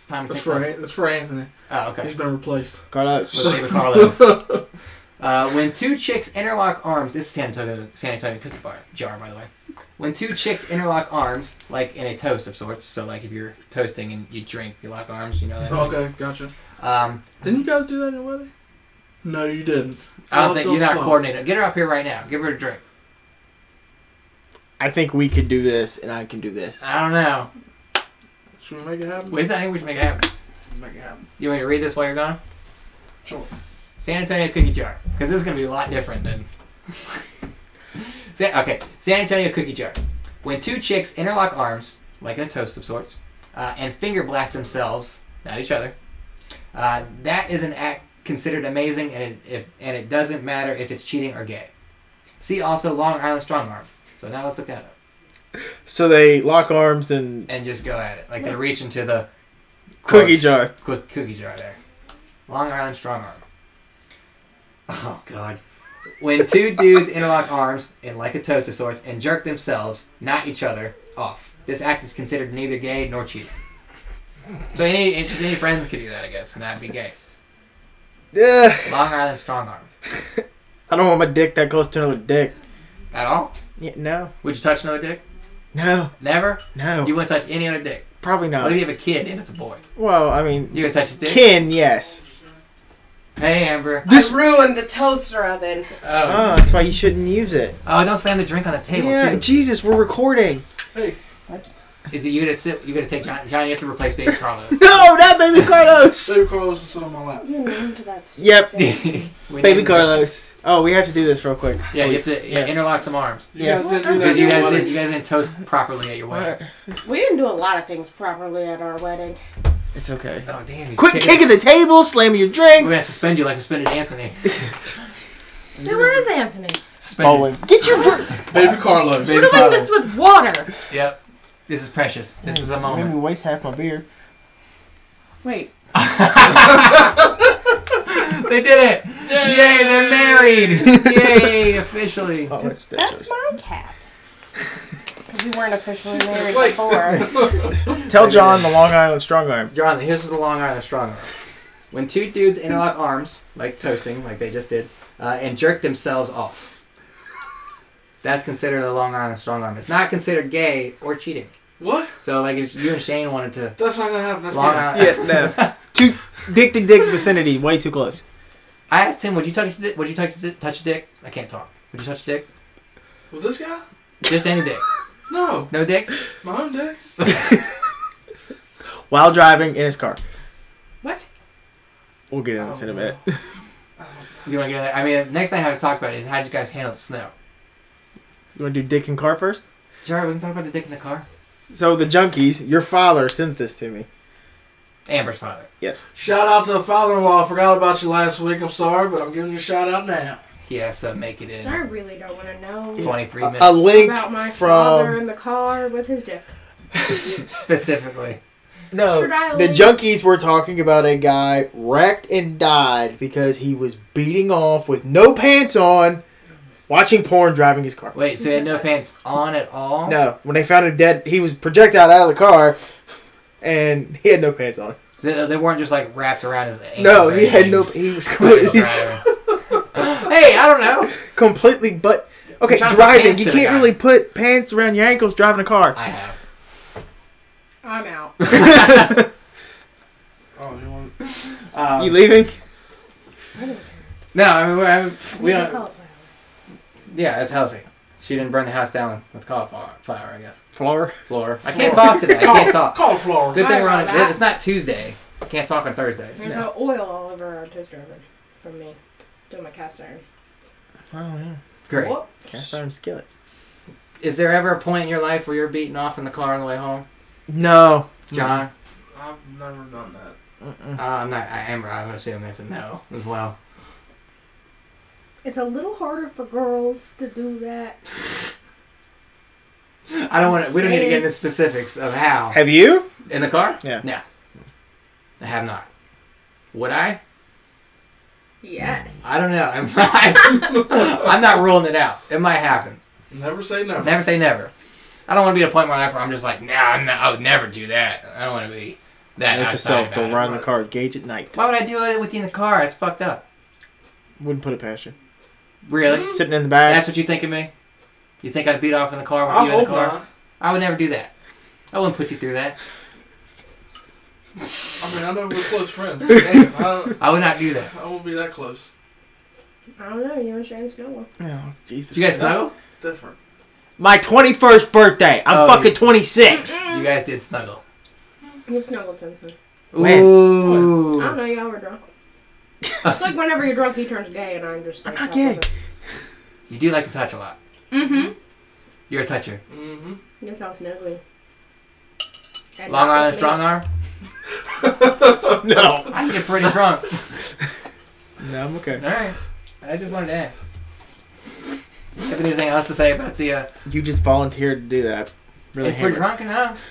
Speaker 1: Time to
Speaker 3: That's
Speaker 1: take
Speaker 3: for
Speaker 1: some.
Speaker 3: An- that's for Anthony.
Speaker 1: Oh, okay.
Speaker 3: He's been replaced.
Speaker 1: with
Speaker 2: Carlos.
Speaker 1: David Carlos. Uh, when two chicks interlock arms, this is San Antonio, San Antonio cookie bar, jar, by the way. When two chicks interlock arms, like in a toast of sorts, so like if you're toasting and you drink, you lock arms, you know that.
Speaker 3: Okay, gotcha.
Speaker 1: Um,
Speaker 3: Didn't you guys do that in your wedding? No, you didn't.
Speaker 1: I don't
Speaker 3: What
Speaker 1: think
Speaker 3: the
Speaker 1: you're not
Speaker 3: fuck?
Speaker 1: coordinated. Get her up here right now. Give her a drink.
Speaker 2: I think we could do this, and I can do this.
Speaker 1: I don't know.
Speaker 3: Should we make it happen?
Speaker 1: We think we should make it happen.
Speaker 3: Make it happen.
Speaker 1: You want me to read this while you're gone?
Speaker 3: Sure.
Speaker 1: San Antonio cookie jar, because this is gonna be a lot different than. San, okay, San Antonio cookie jar. When two chicks interlock arms, like in a toast of sorts, uh, and finger blast themselves, not each other, uh, that is an act considered amazing, and it, if and it doesn't matter if it's cheating or gay. See also Long Island strong arm. So now let's look that up
Speaker 2: So they lock arms and
Speaker 1: and just go at it. Like they reach into the
Speaker 2: cookie
Speaker 1: quotes.
Speaker 2: jar.
Speaker 1: Quick cookie jar there. Long Island strong arm. Oh god. When two dudes interlock arms in like a toast of sorts and jerk themselves, not each other, off. This act is considered neither gay nor cheating. So any it's just any friends could do that, I guess, and that'd be gay.
Speaker 2: Yeah.
Speaker 3: eh.
Speaker 1: Long Island strong arm.
Speaker 2: I don't want my dick that close to another dick.
Speaker 1: At all?
Speaker 2: Yeah, no,
Speaker 1: Would you touch another dick?
Speaker 2: no,
Speaker 1: Never?
Speaker 2: no.
Speaker 1: You wouldn't touch any other dick.
Speaker 2: Probably
Speaker 1: What
Speaker 2: not.
Speaker 1: if you have a kid and it's a boy?
Speaker 2: well, I mean,
Speaker 1: You gonna touch his dick?
Speaker 2: kin, yes.
Speaker 1: Hey Amber.
Speaker 2: This-
Speaker 4: I ruined the toaster oven.
Speaker 3: Um,
Speaker 2: Oh, that's why you shouldn't use it.
Speaker 1: Oh, don't slam the drink on the table
Speaker 2: yeah,
Speaker 1: too.
Speaker 2: Jesus, we're recording.
Speaker 4: Whoops.
Speaker 1: Is it you gonna sit? You gonna take John? John, you have to replace baby Carlos.
Speaker 2: No, not baby Carlos.
Speaker 3: Save Carlos and sit on my lap.
Speaker 4: You're mean to that stupid
Speaker 2: yep,
Speaker 4: thing.
Speaker 1: We
Speaker 2: baby
Speaker 1: need-
Speaker 2: Carlos. Oh, we have to do this real quick.
Speaker 1: Yeah, you have to yeah,
Speaker 2: Yeah.
Speaker 1: interlock some arms
Speaker 3: You
Speaker 2: Yeah.
Speaker 3: guys didn't do that.
Speaker 1: because you
Speaker 3: in your
Speaker 1: guys
Speaker 3: wedding.
Speaker 1: didn't, you guys didn't toast properly at your wedding.
Speaker 4: We didn't do a lot of things properly at our wedding.
Speaker 2: It's okay.
Speaker 1: Oh damn! you
Speaker 2: Quick
Speaker 1: kick
Speaker 2: kick
Speaker 1: it.
Speaker 2: at the table, slam your
Speaker 1: We're gonna
Speaker 2: drinks.
Speaker 1: suspend you like we suspended Anthony.
Speaker 4: Now, where is Anthony?
Speaker 1: Suspended.
Speaker 2: Get your drink.
Speaker 3: Baby Carlos.
Speaker 1: Baby
Speaker 4: We're doing
Speaker 1: Carlos.
Speaker 4: this with water.
Speaker 1: Yep. This is precious. This is a
Speaker 2: Made
Speaker 1: moment.
Speaker 2: me waste half my beer.
Speaker 4: Wait.
Speaker 1: They did it! Yay! They're married! Yay! Officially.
Speaker 2: Oh, that's,
Speaker 4: That's my cat. We weren't officially married before.
Speaker 2: Tell John the Long Island strong arm.
Speaker 1: John, here's the Long Island strong arm. When two dudes interlock arms, like toasting, like they just did, uh, and jerk themselves off. That's considered a Long Island strong arm. It's not considered gay or cheating.
Speaker 3: What?
Speaker 1: So, like, if you and Shane wanted to
Speaker 3: That's not gonna happen. That's
Speaker 1: Long
Speaker 3: gay.
Speaker 1: Island,
Speaker 2: Yeah, no. Too dick to dick vicinity, way too close.
Speaker 1: I asked him, "Would you touch? Di- would you touch? Di- touch a dick? I can't talk. Would you touch a dick?
Speaker 3: With this guy?
Speaker 1: Just any dick.
Speaker 3: No.
Speaker 1: No dicks.
Speaker 3: My own dick.
Speaker 2: While driving in his car.
Speaker 4: what?
Speaker 2: We'll get in
Speaker 3: Oh,
Speaker 2: this
Speaker 1: Oh,
Speaker 2: in a minute.
Speaker 1: Do you want to get in there? I mean, next thing I have to talk about is how'd you guys handle the snow?
Speaker 2: You want to do dick and car first?
Speaker 1: Sorry, we can talk about the dick in the car.
Speaker 2: So the junkies, your father sent this to me.
Speaker 1: Amber's father.
Speaker 2: Yes.
Speaker 3: Shout out to the father-in-law. I forgot about you last week. I'm sorry, but I'm giving you a shout out now.
Speaker 1: He has to make it
Speaker 4: I
Speaker 1: in
Speaker 4: really don't want to know
Speaker 1: 23
Speaker 2: A,
Speaker 1: minutes
Speaker 2: a link
Speaker 4: about my father
Speaker 2: from
Speaker 4: in the car with his dick.
Speaker 1: specifically.
Speaker 2: no.
Speaker 4: Should I
Speaker 2: Oh, The
Speaker 4: leave?
Speaker 2: junkies were talking about a guy wrecked and died because he was beating off with no pants on, watching porn, driving his car.
Speaker 1: Wait, so he had no pants on at all?
Speaker 2: No, when they found him dead, he was projectile out of the car, and he had no pants on.
Speaker 1: So they weren't just like wrapped around his ankles.
Speaker 2: No,
Speaker 1: or
Speaker 2: he had
Speaker 1: anything?
Speaker 2: no. He was
Speaker 1: Like a
Speaker 2: completely,
Speaker 1: driver. hey, I don't know.
Speaker 2: completely but okay.
Speaker 1: trying to put
Speaker 2: Driving,
Speaker 1: pants
Speaker 2: you
Speaker 1: to the
Speaker 2: can't
Speaker 1: guy.
Speaker 2: really put pants around your ankles driving a car.
Speaker 1: I have.
Speaker 4: I'm out.
Speaker 3: Oh, you want
Speaker 1: Um,
Speaker 2: you leaving?
Speaker 1: no, I mean, we're, I mean pff, we
Speaker 4: Leave the
Speaker 1: don't.
Speaker 4: cauliflower.
Speaker 1: Yeah, it's healthy. She didn't burn the house down with cauliflower, flour, I guess.
Speaker 2: Floor.
Speaker 1: Floor. I can't talk today. I can't talk.
Speaker 3: Cauliflower.
Speaker 1: Good thing we're on.
Speaker 4: Sorry about
Speaker 1: It's not Tuesday. Can't talk on Thursdays.
Speaker 4: There's
Speaker 1: No.
Speaker 4: no oil all over our toaster oven from me doing my cast iron.
Speaker 2: Oh yeah,
Speaker 1: Great.
Speaker 4: Whoop.
Speaker 2: cast iron skillet.
Speaker 1: Is there ever a point in your life where you're beating off in the car on the way home,
Speaker 2: No.
Speaker 1: John?
Speaker 3: I've never done that.
Speaker 1: Uh, I'm not. I am. I'm assuming that's a no as well.
Speaker 4: It's a little harder for girls to do that.
Speaker 1: I don't want to. We don't need to get into specifics of how.
Speaker 2: Have you?
Speaker 1: In the car?
Speaker 2: Yeah.
Speaker 1: No. I have not. Would I?
Speaker 4: Yes.
Speaker 1: I don't know. I'm not, I'm not ruling it out. It might happen.
Speaker 3: Never say never.
Speaker 1: Never say never. I don't want to be at a point in my life where I'm just like, nah, I'm not, I would never do that. I don't want to be that.
Speaker 2: Let yourself
Speaker 1: outside
Speaker 2: to
Speaker 1: about it.
Speaker 2: run the car gauge at night.
Speaker 1: Why would I do it with you in the car? It's fucked up.
Speaker 2: Wouldn't put it past you.
Speaker 1: Really?
Speaker 2: Sitting in the back.
Speaker 1: Mm. That's what you think of me? You think I'd beat off in the car with
Speaker 3: I
Speaker 1: you in the
Speaker 3: hope
Speaker 1: car?
Speaker 3: not.
Speaker 1: I would never do that. I wouldn't put you through that.
Speaker 3: I mean, I know we're close friends, but damn, I,
Speaker 1: I would not do that.
Speaker 3: I won't be that close.
Speaker 4: I don't know. You and Shane Snow.
Speaker 2: oh, Jesus.
Speaker 1: Did you guys
Speaker 2: Christ.
Speaker 1: snuggle?
Speaker 3: Different.
Speaker 2: My 21st birthday. I'm
Speaker 1: Oh,
Speaker 2: fucking
Speaker 1: you-
Speaker 2: 26.
Speaker 1: You guys did snuggle.
Speaker 4: You've snuggled since then.
Speaker 2: When?
Speaker 1: Ooh.
Speaker 4: I don't know. Y'all were drunk. it's like whenever you're drunk, he turns gay, and I'm just. Like,
Speaker 2: I'm not
Speaker 4: tough
Speaker 2: gay.
Speaker 4: with
Speaker 1: You do like to touch a lot.
Speaker 4: it. Mhm.
Speaker 1: Mm-hmm. You're a toucher.
Speaker 3: Mm-hmm.
Speaker 4: That's all snuggly. And
Speaker 1: Long arm
Speaker 4: not
Speaker 1: and
Speaker 4: with
Speaker 1: strong
Speaker 4: me.
Speaker 1: arm? Oh,
Speaker 2: No.
Speaker 1: I get pretty drunk.
Speaker 2: No, I'm okay.
Speaker 1: Alright. I just wanted to ask. Have anything else to say about the, uh,
Speaker 2: You just volunteered to do that. Really
Speaker 1: if we're
Speaker 2: hammered.
Speaker 1: drunk enough,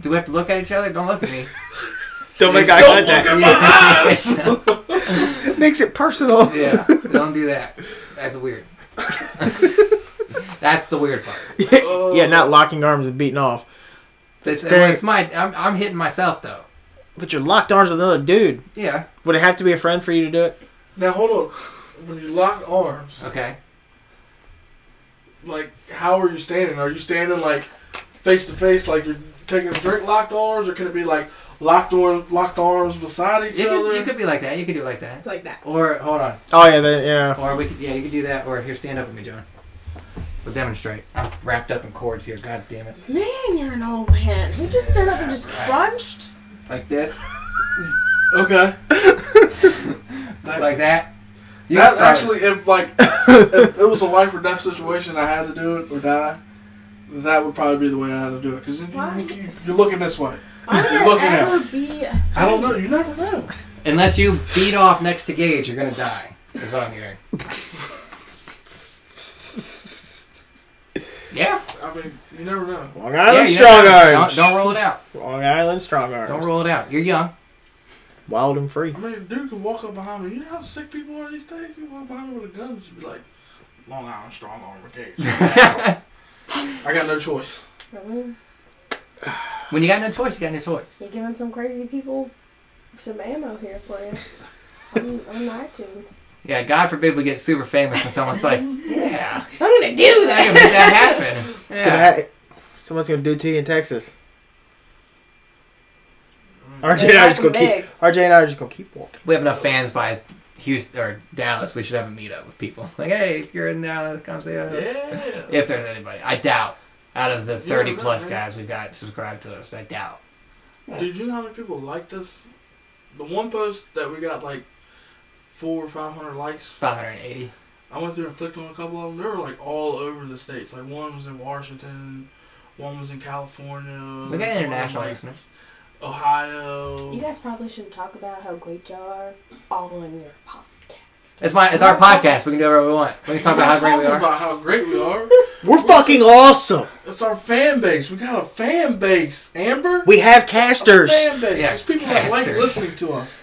Speaker 1: do we have to look at each other? Don't look at me.
Speaker 2: Don't make eye
Speaker 3: Don't
Speaker 2: contact.
Speaker 1: yeah.
Speaker 2: Makes it personal.
Speaker 1: yeah. Don't do that. That's weird. That's the weird part.
Speaker 2: yeah, not locking arms and beating off.
Speaker 1: It's,
Speaker 2: Stare-
Speaker 1: well, it's my, I'm, I'm hitting myself though.
Speaker 2: But you're locked arms with another dude.
Speaker 1: Yeah.
Speaker 2: Would it have to be a friend for you to do it?
Speaker 3: Now hold on. When you lock arms,
Speaker 1: Okay.
Speaker 3: like how are you standing? Are you standing like face to face, like you're taking a drink locked arms, or can it be like locked or locked arms beside each
Speaker 1: You
Speaker 3: other?
Speaker 1: could, you could be like that. You could do it like that.
Speaker 4: It's like that.
Speaker 1: Or, hold on.
Speaker 2: Oh, yeah, that, yeah.
Speaker 1: Or we could, yeah, you could do that. Or here, stand up with me, John. We'll demonstrate. I'm wrapped up in cords here. God damn it.
Speaker 4: Man, you're an old man. He just stood up and just crunched.
Speaker 1: Like this.
Speaker 3: okay.
Speaker 1: Like that. You
Speaker 3: that
Speaker 1: got
Speaker 3: actually, if like if it was a life or death situation, I had to do it or die. That would probably be the way I had to do it because you,
Speaker 4: Why?
Speaker 3: you, you're looking this way.
Speaker 4: Why
Speaker 3: You're
Speaker 4: would
Speaker 3: looking
Speaker 4: that
Speaker 3: at
Speaker 4: ever be?
Speaker 3: I don't know. You never know.
Speaker 1: Unless you beat off next to Gage, you're gonna die. Is what I'm hearing. yeah.
Speaker 3: I mean, you never know.
Speaker 2: Long
Speaker 1: yeah
Speaker 2: Island
Speaker 1: you
Speaker 2: strong
Speaker 1: never know.
Speaker 2: arms.
Speaker 1: Don't, don't roll it out.
Speaker 2: Long Island strong arms.
Speaker 1: Don't roll it out. You're young.
Speaker 2: Wild and free.
Speaker 3: I mean, a dude can walk up behind me. You know how sick people are these days? You walk behind me with a gun, just be like, Long Island Strong Arm Brigade. I got no choice.
Speaker 4: Really?
Speaker 1: When you got no choice, you got no choice.
Speaker 4: You're giving some crazy people some ammo here for you. on, on iTunes.
Speaker 1: Yeah. God forbid we get super famous and someone's like, "Yeah,
Speaker 4: I'm gonna do
Speaker 1: I can make
Speaker 4: that.
Speaker 1: that happen."
Speaker 2: It's
Speaker 1: Yeah.
Speaker 2: gonna ha- someone's going to do it to you in Texas. RJ and I are just going to keep.
Speaker 4: Big.
Speaker 2: RJ and I are just going to keep walking.
Speaker 1: we have enough fans by Houston or Dallas. We should have a meetup with people. Like, hey, if you're in Dallas, come say hello.
Speaker 3: Yeah.
Speaker 1: If there's anybody, I doubt. Out of the
Speaker 3: Yeah,
Speaker 1: 30
Speaker 3: but-
Speaker 1: plus guys we've got subscribed to us, I doubt.
Speaker 3: Dude, you know how many people liked us? The one post that we got like four or five hundred likes.
Speaker 1: 580.
Speaker 3: I went through and clicked on a couple of them. They were like all over the states. Like one was in Washington, one was in California.
Speaker 1: We got
Speaker 3: one in,
Speaker 1: international
Speaker 3: like,
Speaker 1: listeners.
Speaker 3: Ohio.
Speaker 4: You guys probably should talk about how great y'all are all on your podcast.
Speaker 1: It's my it's our podcast. We can do whatever we want. We can talk about how great we
Speaker 3: Talking
Speaker 1: are.
Speaker 3: About how great we are.
Speaker 2: We're fucking awesome.
Speaker 3: It's our fan base. We got a fan base, Amber.
Speaker 2: We have
Speaker 3: A
Speaker 2: casters.
Speaker 3: fan base.
Speaker 1: Yeah,
Speaker 3: There's people that like
Speaker 1: casters.
Speaker 3: listening to us,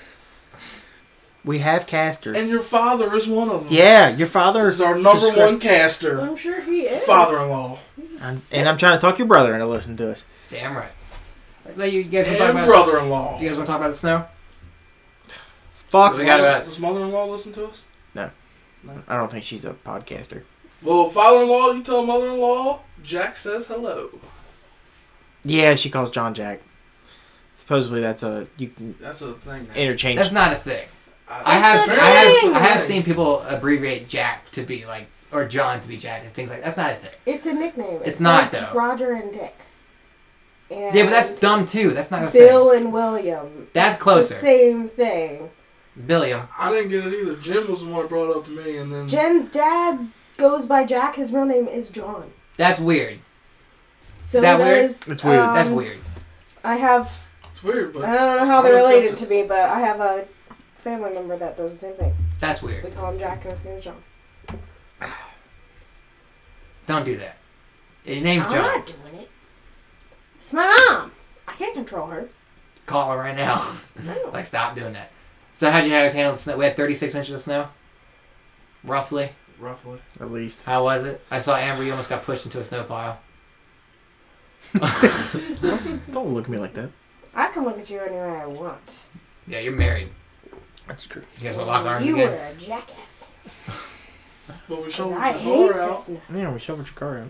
Speaker 2: We have
Speaker 3: and
Speaker 2: casters.
Speaker 3: your father is one of them.
Speaker 2: Yeah, your father
Speaker 3: is our number
Speaker 2: subscri-
Speaker 3: one caster,
Speaker 4: I'm sure Oh, he is.
Speaker 3: father-in-law,
Speaker 4: He's
Speaker 2: I'm- and I'm trying to talk your brother into listening to us.
Speaker 1: Damn right. Like, you guys want to talk
Speaker 3: and
Speaker 1: about
Speaker 3: brother-in-law.
Speaker 1: you guys want to talk about the snow?
Speaker 2: Fuck.
Speaker 1: We got about-
Speaker 3: Does mother-in-law listen to us?
Speaker 2: I don't think she's a podcaster.
Speaker 3: Well, father-in-law, you tell mother-in-law. Jack says hello.
Speaker 2: Yeah, she calls John Jack. Supposedly that's a you can
Speaker 3: That's a thing. Now.
Speaker 2: interchange.
Speaker 1: That's not a thing. I have
Speaker 4: That's
Speaker 1: se-
Speaker 4: a
Speaker 1: I have
Speaker 4: thing.
Speaker 1: I have seen people abbreviate Jack to be like or John to be Jack and things like that's not a thing.
Speaker 4: It's a nickname.
Speaker 1: It's not,
Speaker 4: like
Speaker 1: though.
Speaker 4: Roger and Dick. And
Speaker 1: Yeah, but that's dumb too. That's not a
Speaker 4: Bill and William.
Speaker 1: That's
Speaker 4: It's the
Speaker 1: closer.
Speaker 4: Same thing.
Speaker 1: thing. Billiam.
Speaker 3: I didn't get it either. Jim was the one that brought it up to me, and
Speaker 1: Mm.
Speaker 3: then
Speaker 4: Jen's dad goes by Jack. His real name is John.
Speaker 1: That's weird.
Speaker 4: So
Speaker 1: Is that weird?
Speaker 4: does,
Speaker 2: That's weird.
Speaker 4: um,
Speaker 1: That's weird.
Speaker 4: I have.
Speaker 3: it's weird, but
Speaker 4: I don't know how they're
Speaker 3: I'll accept
Speaker 4: related
Speaker 3: it.
Speaker 4: to me, but I have a family member that does the same thing.
Speaker 1: That's
Speaker 4: We
Speaker 1: weird.
Speaker 4: call him Jack, and his name is John.
Speaker 1: Don't do that. Your name's
Speaker 4: I'm
Speaker 1: John.
Speaker 4: not doing it. It's my mom. I can't control her.
Speaker 1: Call her right now.
Speaker 4: No.
Speaker 1: like stop doing that. So how'd you guys handle the snow? We had 36 inches of snow, roughly.
Speaker 3: roughly.
Speaker 2: At least.
Speaker 1: How was it? I saw Amber. You almost got pushed into a snow pile.
Speaker 2: Don't look at me like that.
Speaker 4: I can look at you any way I want.
Speaker 1: Yeah, you're married.
Speaker 2: That's true.
Speaker 1: You guys want to lock arms
Speaker 4: you
Speaker 1: again?
Speaker 4: were a jackass.
Speaker 3: But we
Speaker 4: 'Cause
Speaker 3: showed
Speaker 4: I
Speaker 3: the
Speaker 4: hate
Speaker 3: door
Speaker 4: the
Speaker 3: out.
Speaker 4: snow.
Speaker 2: Yeah, we shoveled your car out.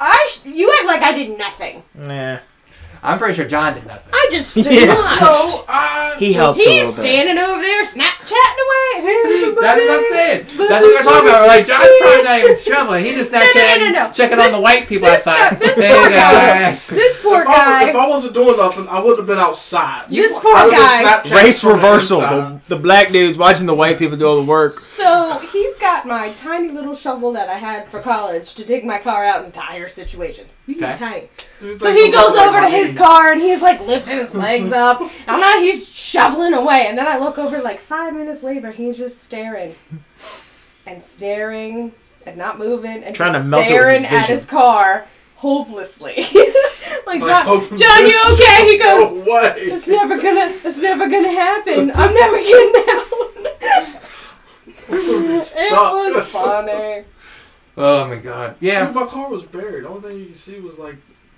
Speaker 4: I sh- you act like I did nothing.
Speaker 2: Nah.
Speaker 1: I'm pretty sure John did nothing.
Speaker 4: I just stood
Speaker 2: Yeah.
Speaker 4: watched.
Speaker 3: Oh, I
Speaker 2: He helped a
Speaker 4: He's
Speaker 2: little bit.
Speaker 4: standing over there Snapchatting away. Here's the
Speaker 1: That's what I'm
Speaker 4: button.
Speaker 1: saying. That's what we're talking about. We're like, John's probably not even shoveling. He's just
Speaker 4: No, no, no,
Speaker 1: Snapchatting,
Speaker 4: no, no.
Speaker 1: checking on
Speaker 4: This-
Speaker 1: the white people
Speaker 4: this
Speaker 1: outside.
Speaker 4: guy- this
Speaker 1: There
Speaker 4: poor
Speaker 1: you
Speaker 4: guy.
Speaker 1: guys.
Speaker 4: This poor
Speaker 3: if, I, if
Speaker 4: guy.
Speaker 3: I wasn't doing nothing, I would have been outside.
Speaker 4: This
Speaker 3: I
Speaker 4: poor
Speaker 3: would've been
Speaker 4: guy.
Speaker 3: Snapchatting
Speaker 2: Race
Speaker 3: from the
Speaker 2: reversal.
Speaker 3: inside.
Speaker 2: The, the black dudes watching the white people do all the work.
Speaker 4: So he's got my tiny little shovel that I had for college to dig my car out in tire situation.
Speaker 1: Okay.
Speaker 4: Tiny.
Speaker 3: Dude,
Speaker 4: So
Speaker 3: like,
Speaker 4: he
Speaker 3: look
Speaker 4: goes
Speaker 3: like
Speaker 4: over to
Speaker 3: my
Speaker 4: his
Speaker 3: knee.
Speaker 4: car and he's like lifting his legs up. And now he's shoveling away. And then I look over like five minutes later, he's just staring and staring and not moving and
Speaker 2: Trying
Speaker 4: just
Speaker 2: to melt it with
Speaker 4: staring
Speaker 2: his
Speaker 4: at
Speaker 2: vision.
Speaker 4: his car hopelessly. like,
Speaker 3: Like,
Speaker 4: John,
Speaker 3: hoping
Speaker 4: John, you
Speaker 3: this-
Speaker 4: okay? He goes,
Speaker 3: No way.
Speaker 4: it's never gonna, it's never gonna happen. I'm never getting out. it
Speaker 3: Stop.
Speaker 4: was funny.
Speaker 1: Oh my god.
Speaker 3: Dude,
Speaker 1: Yeah.
Speaker 3: my car was buried. The only thing you could see was like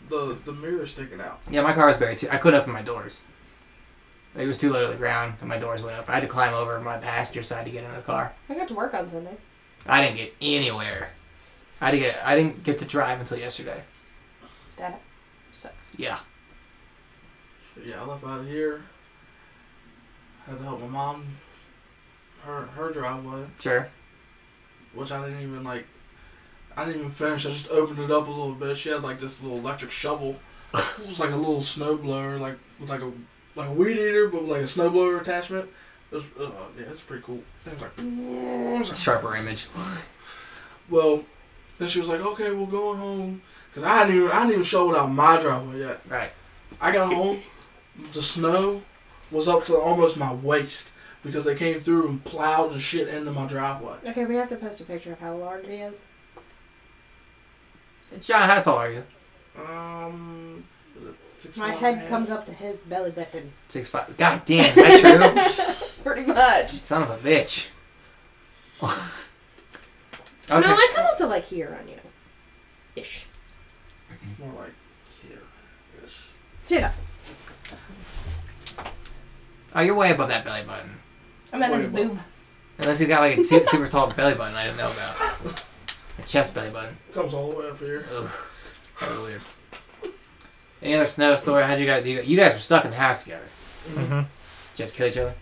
Speaker 3: the the mirror sticking out.
Speaker 1: Yeah, my car was buried too. I couldn't open my doors. It was too low to the ground, and my doors went up. I had to climb over my passenger side to get in the car.
Speaker 4: I got to work on Sunday.
Speaker 1: I didn't get anywhere. I didn't get. I didn't get to drive until yesterday.
Speaker 4: That sucks.
Speaker 1: Yeah.
Speaker 3: Yeah, I left out of here. Had to help my mom. Her her driveway,
Speaker 1: Sure.
Speaker 3: which I didn't even like. I didn't even finish. I just opened it up a little bit. She had like this little electric shovel. It was like a little snow blower, like with like a like a weed eater, but with like a snow blower attachment. It was, uh, yeah, it's pretty cool. Thing was like, it was like
Speaker 1: Sharper image.
Speaker 3: well, then she was like, okay, we're going home. Cause I hadn't even I hadn't even shoveled out my driveway yet.
Speaker 1: Right.
Speaker 3: I got home, the snow was up to almost my waist because they came through and plowed and shit into my driveway.
Speaker 4: Okay, we have to post a picture of how large he is.
Speaker 1: John, how tall are you?
Speaker 3: Um, was it six
Speaker 4: My head comes up to his belly button.
Speaker 1: Six five. God damn, is that true?
Speaker 4: Pretty much.
Speaker 1: Son of a bitch. okay.
Speaker 4: No, I come up to like here on you. Ish.
Speaker 3: More like here. ish.
Speaker 4: Sit up.
Speaker 1: Oh, you're way above that belly button.
Speaker 4: I'm at his
Speaker 3: Wait,
Speaker 4: boob.
Speaker 1: Unless he's got like a tu- super tall belly button I didn't know about. A chest belly button.
Speaker 3: Comes all the way up here.
Speaker 1: Ugh. That was weird. Any other snow story? How'd you guys do? You guys were stuck in the house together.
Speaker 2: Mm-hmm.
Speaker 1: Just kill each other?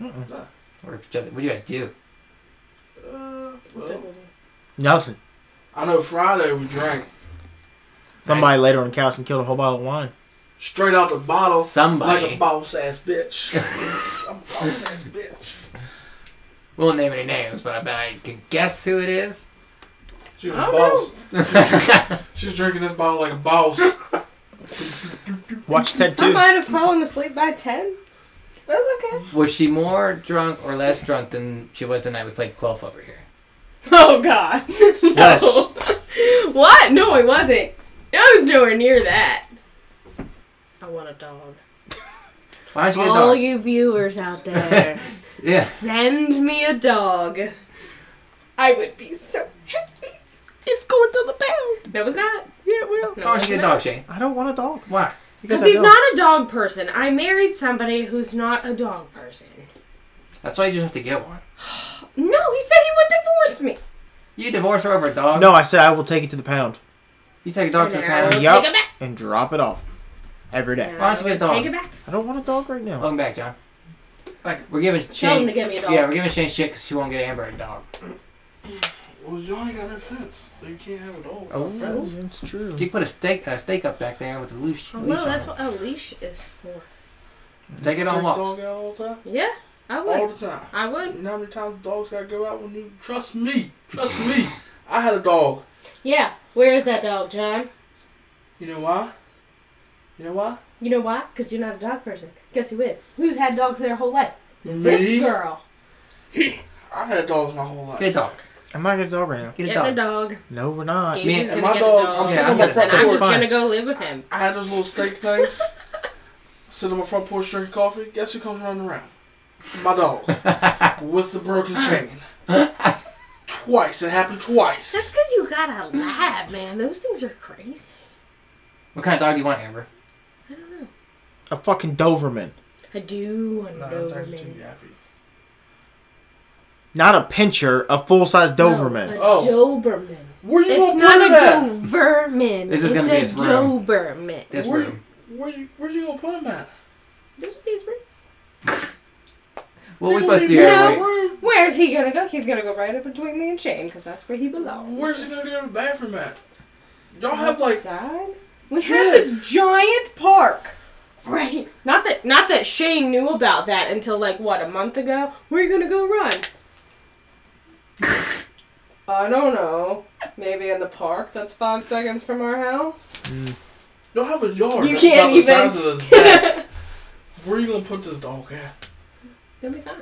Speaker 2: Mm-mm.
Speaker 1: Or each other? What do you guys do?
Speaker 3: Uh,
Speaker 4: What
Speaker 3: well,
Speaker 4: did we do?
Speaker 2: Nothing.
Speaker 3: I know Friday we drank
Speaker 2: Somebody laid on the couch and killed a whole bottle of wine.
Speaker 3: straight out the bottle Oh, like
Speaker 1: Somebody.
Speaker 3: a boss ass bitch. I'm a boss ass bitch.
Speaker 1: we won't name any names, but I bet I can guess who it is.
Speaker 3: She was
Speaker 4: I
Speaker 3: a
Speaker 4: don't
Speaker 3: boss. She was drinking this bottle like a boss.
Speaker 2: Watch Ted
Speaker 4: I
Speaker 2: Two.
Speaker 4: might have fallen asleep by 10. But it's okay.
Speaker 1: Was she more drunk or less drunk than she was the night we played Quelf over here?
Speaker 4: Oh God. No.
Speaker 2: Yes.
Speaker 4: what? No, it wasn't. I was nowhere near that. I want a dog.
Speaker 1: Why don't you get a
Speaker 4: All
Speaker 1: dog?
Speaker 4: you viewers out there,
Speaker 1: yeah.
Speaker 4: send me a dog. I would be so happy. It's going to the pound. No, it's not.
Speaker 2: Yeah, well.
Speaker 4: Oh,
Speaker 1: Why don't you get a dog, Shane?
Speaker 2: I don't want a dog.
Speaker 1: Why?
Speaker 4: Because he's not a dog person. I married somebody who's not a dog person.
Speaker 1: That's why you just have to get one.
Speaker 4: No, he said he would divorce me.
Speaker 1: You divorce her over a dog.
Speaker 2: No, I said I will take it to the pound
Speaker 1: You take a dog to the
Speaker 4: And I will
Speaker 1: pound.
Speaker 2: Yeah. Yup.
Speaker 4: Take it back.
Speaker 2: and drop it off every day.
Speaker 4: And
Speaker 1: Why
Speaker 4: I
Speaker 1: don't you get a
Speaker 4: will
Speaker 1: dog?
Speaker 4: Take it back.
Speaker 2: I don't want a dog right now.
Speaker 1: Welcome back, John.
Speaker 3: Like-
Speaker 1: We're giving
Speaker 4: Tell him to
Speaker 1: Shane.
Speaker 4: get me a dog.
Speaker 1: Yeah, we're giving Shane shit because she won't get Amber a dog.
Speaker 3: Well, y'all ain't got no fence. You can't have a dog.
Speaker 2: Oh,
Speaker 4: So?
Speaker 2: that's true.
Speaker 1: You put a steak a steak up back there with a loose.
Speaker 4: Oh,
Speaker 1: leash
Speaker 4: well,
Speaker 1: on
Speaker 4: that's
Speaker 1: it.
Speaker 4: what a leash is for.
Speaker 1: Take it
Speaker 3: Take
Speaker 1: on
Speaker 3: a
Speaker 1: walks.
Speaker 3: dog out all the time.
Speaker 4: Yeah, I
Speaker 3: All
Speaker 4: would.
Speaker 3: the time.
Speaker 4: I would.
Speaker 3: You know how many times dogs gotta go out when you trust me? Trust me. I had a dog.
Speaker 4: Yeah. Where is that dog, John?
Speaker 3: You know why? You know why?
Speaker 4: You know why? Because you're not a dog person. Guess who is? Who's had dogs their whole life? This
Speaker 3: Me.
Speaker 4: girl.
Speaker 3: I had dogs my whole life.
Speaker 1: Get a dog.
Speaker 2: I'm not getting a dog right now.
Speaker 1: Get a
Speaker 4: Getting
Speaker 1: dog.
Speaker 4: a dog.
Speaker 2: No, we're not.
Speaker 1: Me-
Speaker 4: Gage's
Speaker 1: and
Speaker 4: gonna
Speaker 3: Uh, my
Speaker 4: get
Speaker 3: dog-
Speaker 4: a dog.
Speaker 3: I'm
Speaker 1: sitting on my front
Speaker 4: and I'm
Speaker 2: porch.
Speaker 4: just gonna
Speaker 2: Fine.
Speaker 4: go live with him.
Speaker 3: I had those little steak things. Sit on my front porch drinking coffee. Guess who comes running around? My dog. With the broken chain. twice. It happened
Speaker 4: That's
Speaker 3: twice.
Speaker 4: because you got a lab, man. Those things are crazy.
Speaker 1: What kind of dog do you want, Amber?
Speaker 4: I don't know.
Speaker 2: A fucking Doberman.
Speaker 4: I do want
Speaker 3: No,
Speaker 4: to
Speaker 3: I'm
Speaker 4: know.
Speaker 3: talking too yappy.
Speaker 2: Not a pincher, a full size Doberman.
Speaker 4: a
Speaker 3: Oh.
Speaker 4: Doberman.
Speaker 3: Where you
Speaker 4: It's
Speaker 3: gonna put
Speaker 4: not
Speaker 3: him
Speaker 4: a
Speaker 3: at?
Speaker 4: Doberman.
Speaker 1: This is
Speaker 4: it's
Speaker 1: gonna be
Speaker 4: a
Speaker 1: his room.
Speaker 4: Doberman.
Speaker 1: This
Speaker 3: Where-
Speaker 1: room.
Speaker 3: Where you, where you gonna put him at?
Speaker 4: This would be his room.
Speaker 1: What are we
Speaker 3: He
Speaker 1: supposed to
Speaker 3: don't
Speaker 1: do?
Speaker 3: even
Speaker 4: No.
Speaker 1: Amber?
Speaker 3: have a room.
Speaker 4: Where's he gonna go? He's gonna go right up between me and Shane, because that's where he belongs.
Speaker 3: Where's he gonna go to the bathroom at? Y'all have like
Speaker 4: Outside? We have this giant park. Right. Not that not that Shane knew about that until like what, a month ago? Where are you gonna go run? I don't know. Maybe in the park that's five seconds from our house.
Speaker 3: Y'all have a yard.
Speaker 4: You
Speaker 3: that's
Speaker 4: can't
Speaker 3: about the
Speaker 4: even-
Speaker 3: size of this desk. Where are you gonna put this dog at?
Speaker 4: It'll be fine.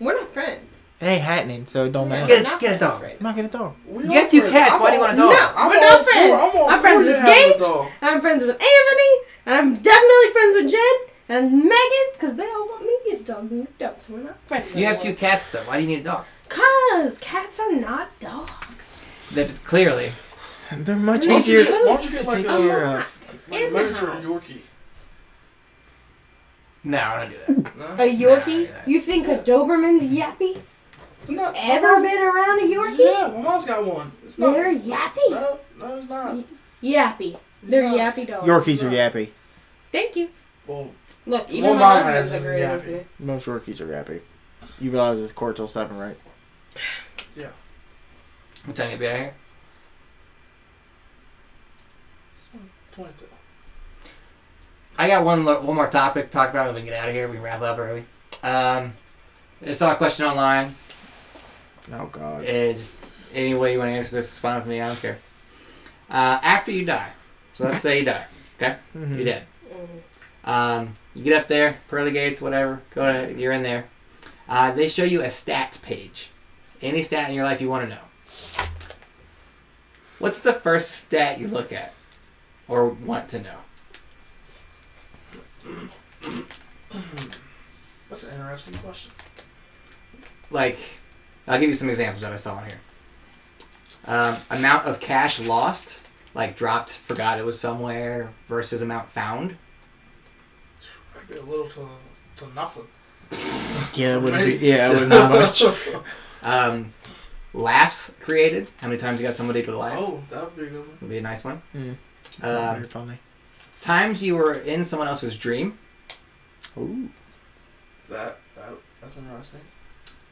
Speaker 4: We're not friends.
Speaker 2: It ain't happening, so it don't matter.
Speaker 1: Get-
Speaker 4: We're not
Speaker 1: get a
Speaker 4: friends
Speaker 1: dog.
Speaker 4: right
Speaker 2: I'm not getting a dog.
Speaker 3: We all
Speaker 1: Get two
Speaker 3: friends.
Speaker 1: cats.
Speaker 3: I'm
Speaker 1: Why do you
Speaker 3: all-
Speaker 1: want a dog?
Speaker 4: No.
Speaker 3: I'm
Speaker 4: We're
Speaker 3: all
Speaker 4: not
Speaker 3: for-
Speaker 4: friends.
Speaker 3: I'm all
Speaker 4: I'm
Speaker 3: for
Speaker 4: friends
Speaker 3: you
Speaker 4: with
Speaker 3: having a
Speaker 4: Gage.
Speaker 3: dog.
Speaker 4: now. I'm friends with Anthony, and I'm definitely friends with Jen and Megan, because they all want me to get a dog and you don't, so we're not friends.
Speaker 1: You have two
Speaker 4: anymore.
Speaker 1: cats though. Why do you need a dog?
Speaker 4: Cause cats are not dogs.
Speaker 1: That clearly.
Speaker 2: They're much
Speaker 3: Why don't you
Speaker 2: easier.
Speaker 3: get-
Speaker 2: to-
Speaker 3: Why don't you get like
Speaker 2: take
Speaker 3: a,
Speaker 4: I'm
Speaker 2: care
Speaker 1: uh,
Speaker 3: like
Speaker 2: of.
Speaker 4: not.
Speaker 3: a
Speaker 4: In the
Speaker 3: miniature
Speaker 4: house.
Speaker 3: Yorkie?
Speaker 1: No, I don't do that.
Speaker 3: No?
Speaker 4: A Yorkie?
Speaker 1: Nah, yeah.
Speaker 4: You think a Doberman's yappy?
Speaker 3: I'm not- my
Speaker 4: Ever
Speaker 3: mom-
Speaker 4: been around a Yorkie?
Speaker 3: Yeah, my mom's got one. It's not.
Speaker 4: They're yappy.
Speaker 3: No, no, it's not. It's
Speaker 4: Yappy. They're
Speaker 3: not.
Speaker 4: yappy dogs.
Speaker 2: Yorkies are yappy.
Speaker 4: Thank you.
Speaker 3: Well,
Speaker 4: Look, even
Speaker 3: Well,
Speaker 4: my
Speaker 3: mom
Speaker 4: husband
Speaker 3: has is
Speaker 4: agrees with
Speaker 3: yappy.
Speaker 4: me.
Speaker 2: Most Yorkies are yappy. You realize it's quarter till seven, right?
Speaker 1: What time you be out here?
Speaker 3: 22.
Speaker 1: I got one lo- one more topic to talk about. and We can get out of here. We can wrap up early. Um, I saw a question online.
Speaker 2: Oh God.
Speaker 1: Is any way you want to answer this is fine with me. I don't care. Uh, after you die, so let's say you die. Okay, you're dead.
Speaker 4: Mhm.
Speaker 1: Um, you get up there, pearly gates, whatever. Go to you're in there. Uh, they show you a stat page. Any stat in your life you want to know. What's the first stat you look at or want to know?
Speaker 3: That's an interesting question.
Speaker 1: like I'll give you some examples that I saw on here. Um, amount of cash lost, like dropped, forgot it was somewhere, versus amount found.
Speaker 3: I'd be a little to, to nothing.
Speaker 2: Yeah, it
Speaker 3: For
Speaker 2: wouldn't be.
Speaker 3: me.
Speaker 2: Yeah, it wouldn't be much.
Speaker 1: Um, laughs created. How many times you got somebody to laugh?
Speaker 3: Oh, that would be a good one.
Speaker 1: Would be a nice one.
Speaker 4: Hmm.
Speaker 2: Mm.
Speaker 1: Um,
Speaker 2: Very funny.
Speaker 1: times you were in someone else's dream.
Speaker 2: Ooh.
Speaker 3: That, that, that's interesting.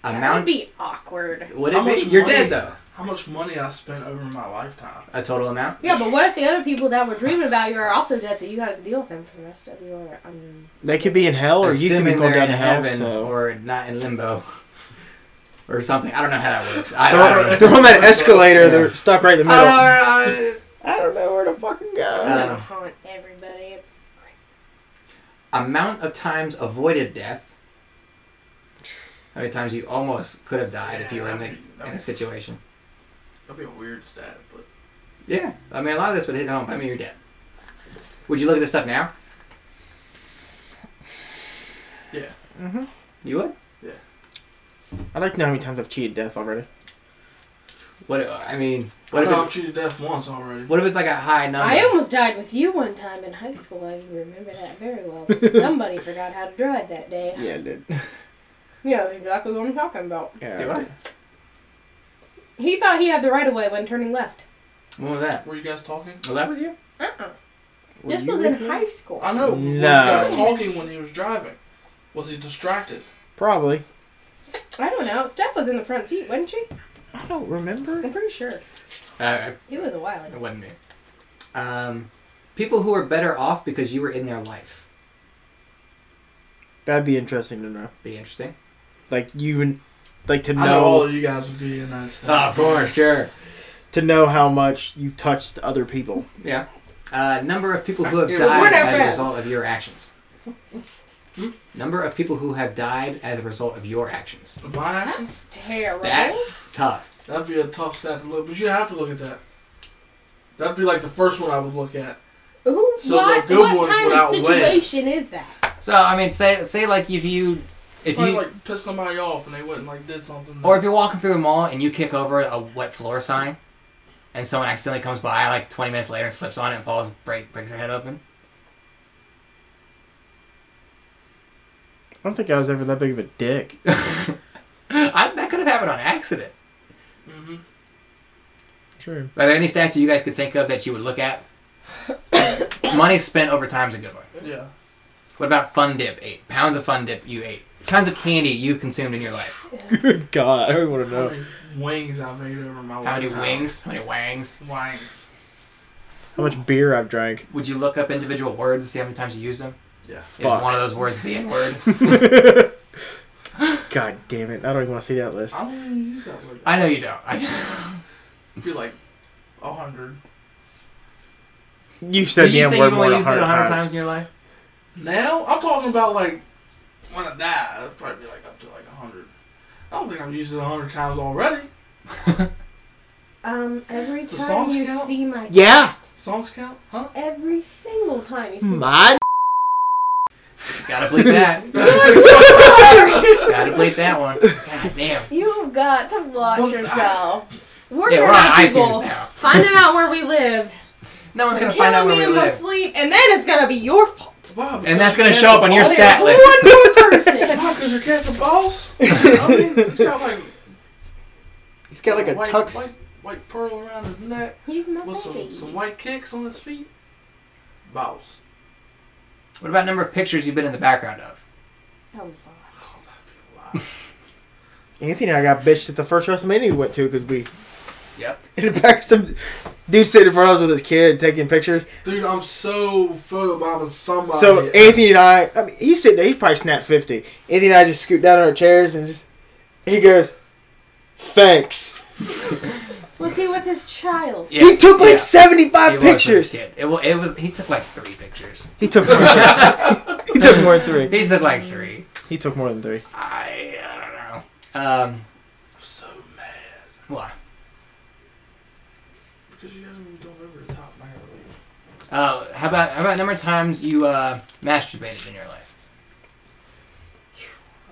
Speaker 4: That would
Speaker 1: Amount.
Speaker 4: be awkward.
Speaker 1: Would
Speaker 3: How
Speaker 1: it
Speaker 3: much
Speaker 1: be? You're
Speaker 3: money?
Speaker 1: dead though.
Speaker 3: How much money I spent over my lifetime.
Speaker 1: A total amount.
Speaker 4: Yeah, but what if the other people that were dreaming about you are also dead, so you got to deal with them for the rest of your um,
Speaker 2: They could be in hell, or you could be
Speaker 1: Assuming
Speaker 2: going
Speaker 1: they're
Speaker 2: down
Speaker 1: in
Speaker 2: to hell.
Speaker 1: heaven
Speaker 2: so-
Speaker 1: or not in limbo. Or something. I don't know how that works. I, I
Speaker 2: They're,
Speaker 1: don't know.
Speaker 2: they're on that escalator.
Speaker 1: Yeah.
Speaker 2: They're stuck right in the
Speaker 1: I
Speaker 2: middle.
Speaker 1: don't know. I- Uh.
Speaker 2: I don't know where to fucking go.
Speaker 4: I'm gonna
Speaker 1: Um,
Speaker 4: haunt everybody.
Speaker 1: amount of times avoided death. How many times you almost could have
Speaker 2: Uh,
Speaker 1: died if you were in the in a situation?
Speaker 3: That'd be a weird stat, but
Speaker 1: Yeah, I mean a lot of this would hit home. I mean you're dead. Would you look at this stuff now?
Speaker 3: yeah.
Speaker 1: You would.
Speaker 2: I'd like to know how many times I've cheated death already.
Speaker 1: What I mean, what
Speaker 3: What I
Speaker 1: if
Speaker 3: know I've
Speaker 1: it's,
Speaker 3: cheated death once already.
Speaker 1: what if it's like a high number?
Speaker 4: I almost died with you one time in high school. I remember that very well. Somebody forgot how to drive that day.
Speaker 2: Yeah, I did.
Speaker 4: You know exactly what I'm talking about.
Speaker 2: Yeah,
Speaker 1: Do I?
Speaker 4: He thought he had the right of way when turning left.
Speaker 1: When was that?
Speaker 3: Were you guys talking?
Speaker 1: Was that with you?
Speaker 4: Uh-uh.
Speaker 2: Were
Speaker 4: This
Speaker 2: you
Speaker 4: was in
Speaker 2: with me?
Speaker 4: high school.
Speaker 3: I know. Were
Speaker 2: No.
Speaker 3: you guys talking when he was driving? Was he distracted?
Speaker 2: Probably.
Speaker 4: I don't know. Steph was in the front seat, wasn't she?
Speaker 2: I don't remember.
Speaker 4: I'm pretty sure.
Speaker 1: Uh,
Speaker 4: It was a while
Speaker 1: it
Speaker 4: ago.
Speaker 1: wasn't me. Um, people who are better off because you were in their life.
Speaker 2: That'd be interesting to know.
Speaker 1: Be interesting.
Speaker 2: Like you, and- like to know,
Speaker 3: I know all of you guys would be in that stat.
Speaker 1: Oh, of course, sure.
Speaker 2: to know how much you've touched other people.
Speaker 1: Yeah. Uh, number of people who have
Speaker 3: Yeah,
Speaker 1: died
Speaker 4: we're not
Speaker 1: as a
Speaker 4: friends. Hmm?
Speaker 1: result of your actions. Number of people who have died as a result of your actions.
Speaker 3: My actions?
Speaker 4: That's terrible.
Speaker 1: That tough.
Speaker 3: That'd be a tough stat to look, but you have to look at that. That'd be like the first one I would look at.
Speaker 4: Who,
Speaker 3: So the
Speaker 4: what
Speaker 3: good
Speaker 4: what
Speaker 3: ones
Speaker 4: kind
Speaker 3: would
Speaker 4: of
Speaker 3: outweigh it.
Speaker 4: situation is that?
Speaker 1: So I mean, say say like if you if
Speaker 3: If you
Speaker 1: you
Speaker 3: like pissed somebody off and they went and like did something.
Speaker 1: or if you're walking through the mall and you kick over a wet floor sign, and someone accidentally comes by like 20 minutes later and slips on it and falls, break breaks their head open.
Speaker 2: I don't think I was ever that big of a dick.
Speaker 1: I, that could have happened on accident.
Speaker 3: hmm
Speaker 2: True.
Speaker 1: Are there any stats that you guys could think of that you would look at? Money spent over time's a good one.
Speaker 3: Yeah.
Speaker 1: What about fun dip? Eight pounds of fun dip you ate. Pounds of candy you've consumed in your life.
Speaker 2: Good God, I don't even want to
Speaker 3: How
Speaker 2: know
Speaker 3: many wings I've ate over
Speaker 2: Oh
Speaker 3: my
Speaker 1: How many
Speaker 3: lifetime.
Speaker 1: wings? How many wangs?
Speaker 3: Wings.
Speaker 2: how much beer I've drank.
Speaker 1: Would you look up individual words and see how many times you used them?
Speaker 3: Yeah.
Speaker 1: Is
Speaker 2: Fuck.
Speaker 1: one of those words the N word?
Speaker 2: God damn it! I don't even want to see that list.
Speaker 3: I don't even use that word.
Speaker 1: I know you don't. I,
Speaker 3: I'd be like a hundred.
Speaker 2: You've said
Speaker 1: did
Speaker 2: the
Speaker 1: you
Speaker 2: N
Speaker 1: say
Speaker 2: word
Speaker 1: you've
Speaker 2: more
Speaker 1: only
Speaker 2: than a
Speaker 1: used it
Speaker 2: hundred
Speaker 1: 100
Speaker 2: times.
Speaker 1: times in your life?
Speaker 3: Now I'm talking about like when I die, I'd probably be like up to like a hundred. I don't think I've used it a hundred times already.
Speaker 4: Um, every
Speaker 3: It's a
Speaker 4: time
Speaker 3: song
Speaker 4: you
Speaker 3: scout?
Speaker 4: see my
Speaker 2: Yeah. Hmm.
Speaker 4: cat,
Speaker 3: Songs count, huh?
Speaker 4: every single time you see my
Speaker 2: My
Speaker 1: Gotta bleep that.
Speaker 4: cat,
Speaker 1: Gotta bleep that one. God damn.
Speaker 4: you've got to watch
Speaker 3: Well,
Speaker 4: yourself. We're
Speaker 1: Yeah,
Speaker 4: gonna
Speaker 1: we're on
Speaker 4: have people
Speaker 1: iTunes now.
Speaker 4: finding out where we live,
Speaker 1: No one's gonna
Speaker 4: killing
Speaker 1: find out where
Speaker 4: me
Speaker 1: we
Speaker 4: in my
Speaker 1: live.
Speaker 4: sleep, and then it's gonna be your fault.
Speaker 3: Why? Because
Speaker 1: And that's gonna
Speaker 3: your cat's
Speaker 1: show
Speaker 3: a
Speaker 1: up on your
Speaker 3: boss?
Speaker 1: stat
Speaker 4: There's
Speaker 1: list.
Speaker 4: one more person.
Speaker 3: Why? Because your cat's a boss. I mean, it's got like
Speaker 2: He's got like a
Speaker 3: white,
Speaker 2: tux.
Speaker 3: white, white pearl around his neck
Speaker 4: He's my
Speaker 3: with
Speaker 4: baby.
Speaker 3: some, some white kicks on his feet. Boss.
Speaker 1: What about number of pictures you've been in the background of?
Speaker 4: Oh, Lord.
Speaker 3: Oh, that'd be a lot.
Speaker 2: Anthony and I got bitched at the first WrestleMania we went to because we
Speaker 1: Yep.
Speaker 2: in the back some dude sitting in front of us with his kid taking pictures.
Speaker 3: Dude, I'm so photobombing somebody.
Speaker 2: So Anthony and I, I mean, he's sitting there. He probably snapped fifty. Anthony and I just scoot down on our chairs and just he goes, "Thanks."
Speaker 4: Was he with his child?
Speaker 1: Yes,
Speaker 2: he took like
Speaker 1: yeah.
Speaker 2: seventy-five
Speaker 1: He was with his
Speaker 2: pictures.
Speaker 1: kid. It, wa- it was. He took like three pictures.
Speaker 2: He took more than- he took more than three.
Speaker 1: He took like three.
Speaker 2: He took more than three.
Speaker 1: I I don't know. Um,
Speaker 3: I'm so mad
Speaker 1: what?
Speaker 3: because you guys haven't even gone over the top. I gotta leave.
Speaker 1: Uh, how about how about number of times you uh, masturbated in your life?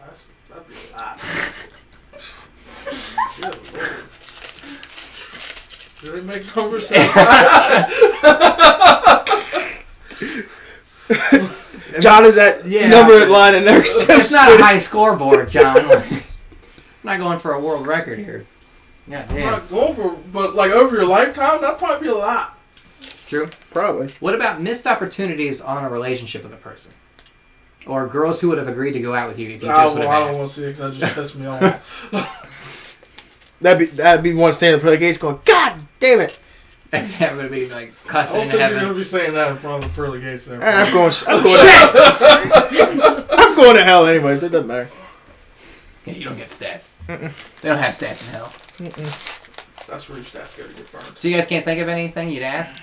Speaker 3: That's, that'd be a lot. Good lord. Do they make conversation?
Speaker 2: John is that
Speaker 1: Yeah.
Speaker 2: number line and never steps.
Speaker 1: It's not a high scoreboard, John. I'm not going for a world record here. Yeah,
Speaker 3: I'm
Speaker 1: damn.
Speaker 3: not going for, but like over your lifetime, that'd probably be a lot.
Speaker 1: True.
Speaker 2: Probably.
Speaker 1: What about missed opportunities on a relationship with a person? Or girls who would have agreed to go out with you if you
Speaker 3: I,
Speaker 1: just
Speaker 3: well,
Speaker 1: would
Speaker 3: I don't
Speaker 1: have
Speaker 3: want to
Speaker 1: asked.
Speaker 3: see it because that just pissed me off.
Speaker 2: That'd be that'd be one standing in the gates going, God damn it!
Speaker 1: that would be like
Speaker 3: I
Speaker 1: cussing
Speaker 3: don't
Speaker 1: in
Speaker 3: think you're
Speaker 1: heaven.
Speaker 3: gonna be saying that in front of the pearly gates there.
Speaker 4: Uh,
Speaker 2: I'm going. I'm going. Shit! I'm going to hell anyways. It doesn't matter.
Speaker 1: Yeah, you don't get stats. They don't have stats in hell.
Speaker 3: That's where your stats go to get burned.
Speaker 1: So you guys can't think of anything you'd ask?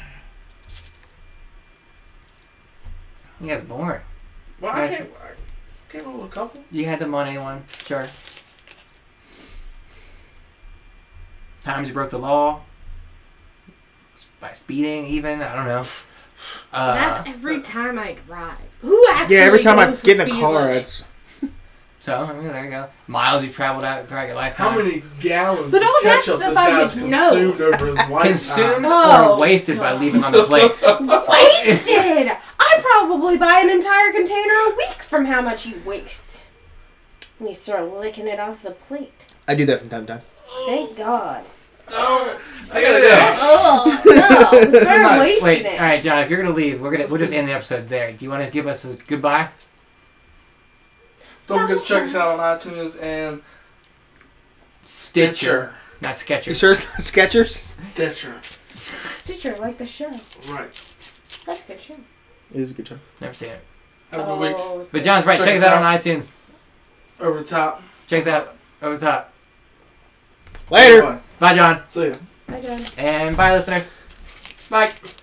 Speaker 1: You guys are boring.
Speaker 3: Well, I
Speaker 1: Nice.
Speaker 3: can't. I can't roll a couple.
Speaker 1: You had the money one, sure. Times you broke the law. By speeding, even. I don't know. Uh,
Speaker 4: That's every time I drive. Who actually?
Speaker 2: Yeah, every time I
Speaker 4: goes
Speaker 2: get
Speaker 4: the
Speaker 2: in a
Speaker 4: speed
Speaker 2: car,
Speaker 4: limit?
Speaker 2: it's
Speaker 1: so, I mean, there you go. Miles you've traveled out throughout your lifetime.
Speaker 3: How many gallons
Speaker 4: But
Speaker 3: of
Speaker 4: all that
Speaker 3: ketchup
Speaker 4: stuff
Speaker 3: this
Speaker 4: I
Speaker 3: guy's
Speaker 4: would know.
Speaker 3: consumed over his life?
Speaker 1: Consumed
Speaker 4: Oh,
Speaker 1: or wasted by
Speaker 4: God.
Speaker 1: leaving on the plate.
Speaker 4: wasted. I probably buy an entire container a week from how much you waste. When you start licking it off the plate.
Speaker 2: I do that from time to time.
Speaker 4: Thank God.
Speaker 3: Oh, I gotta go.
Speaker 4: Oh no, they're wasting
Speaker 1: Wait, all
Speaker 4: it.
Speaker 1: right, John. If you're gonna leave, we're gonna we'll just end the episode there. Do you want to give us a goodbye?
Speaker 3: Don't forget to check us out on iTunes and
Speaker 1: Stitcher, not Sketcher.
Speaker 2: You sure it's not Skechers?
Speaker 3: Stitcher.
Speaker 4: Stitcher, like the show.
Speaker 3: Right.
Speaker 4: That's a good show.
Speaker 2: It is a good job.
Speaker 1: Never seen it.
Speaker 3: Have a good week.
Speaker 4: Oh, it's
Speaker 1: But
Speaker 4: good.
Speaker 1: John's right.
Speaker 3: Check
Speaker 1: Check,
Speaker 3: us
Speaker 1: us out,
Speaker 3: out.
Speaker 1: on iTunes.
Speaker 3: Over the top.
Speaker 1: Check us out over the top.
Speaker 2: Later.
Speaker 3: Bye.
Speaker 1: Bye, John,
Speaker 3: See ya.
Speaker 4: Bye, John.
Speaker 1: and bye, listeners. Bye.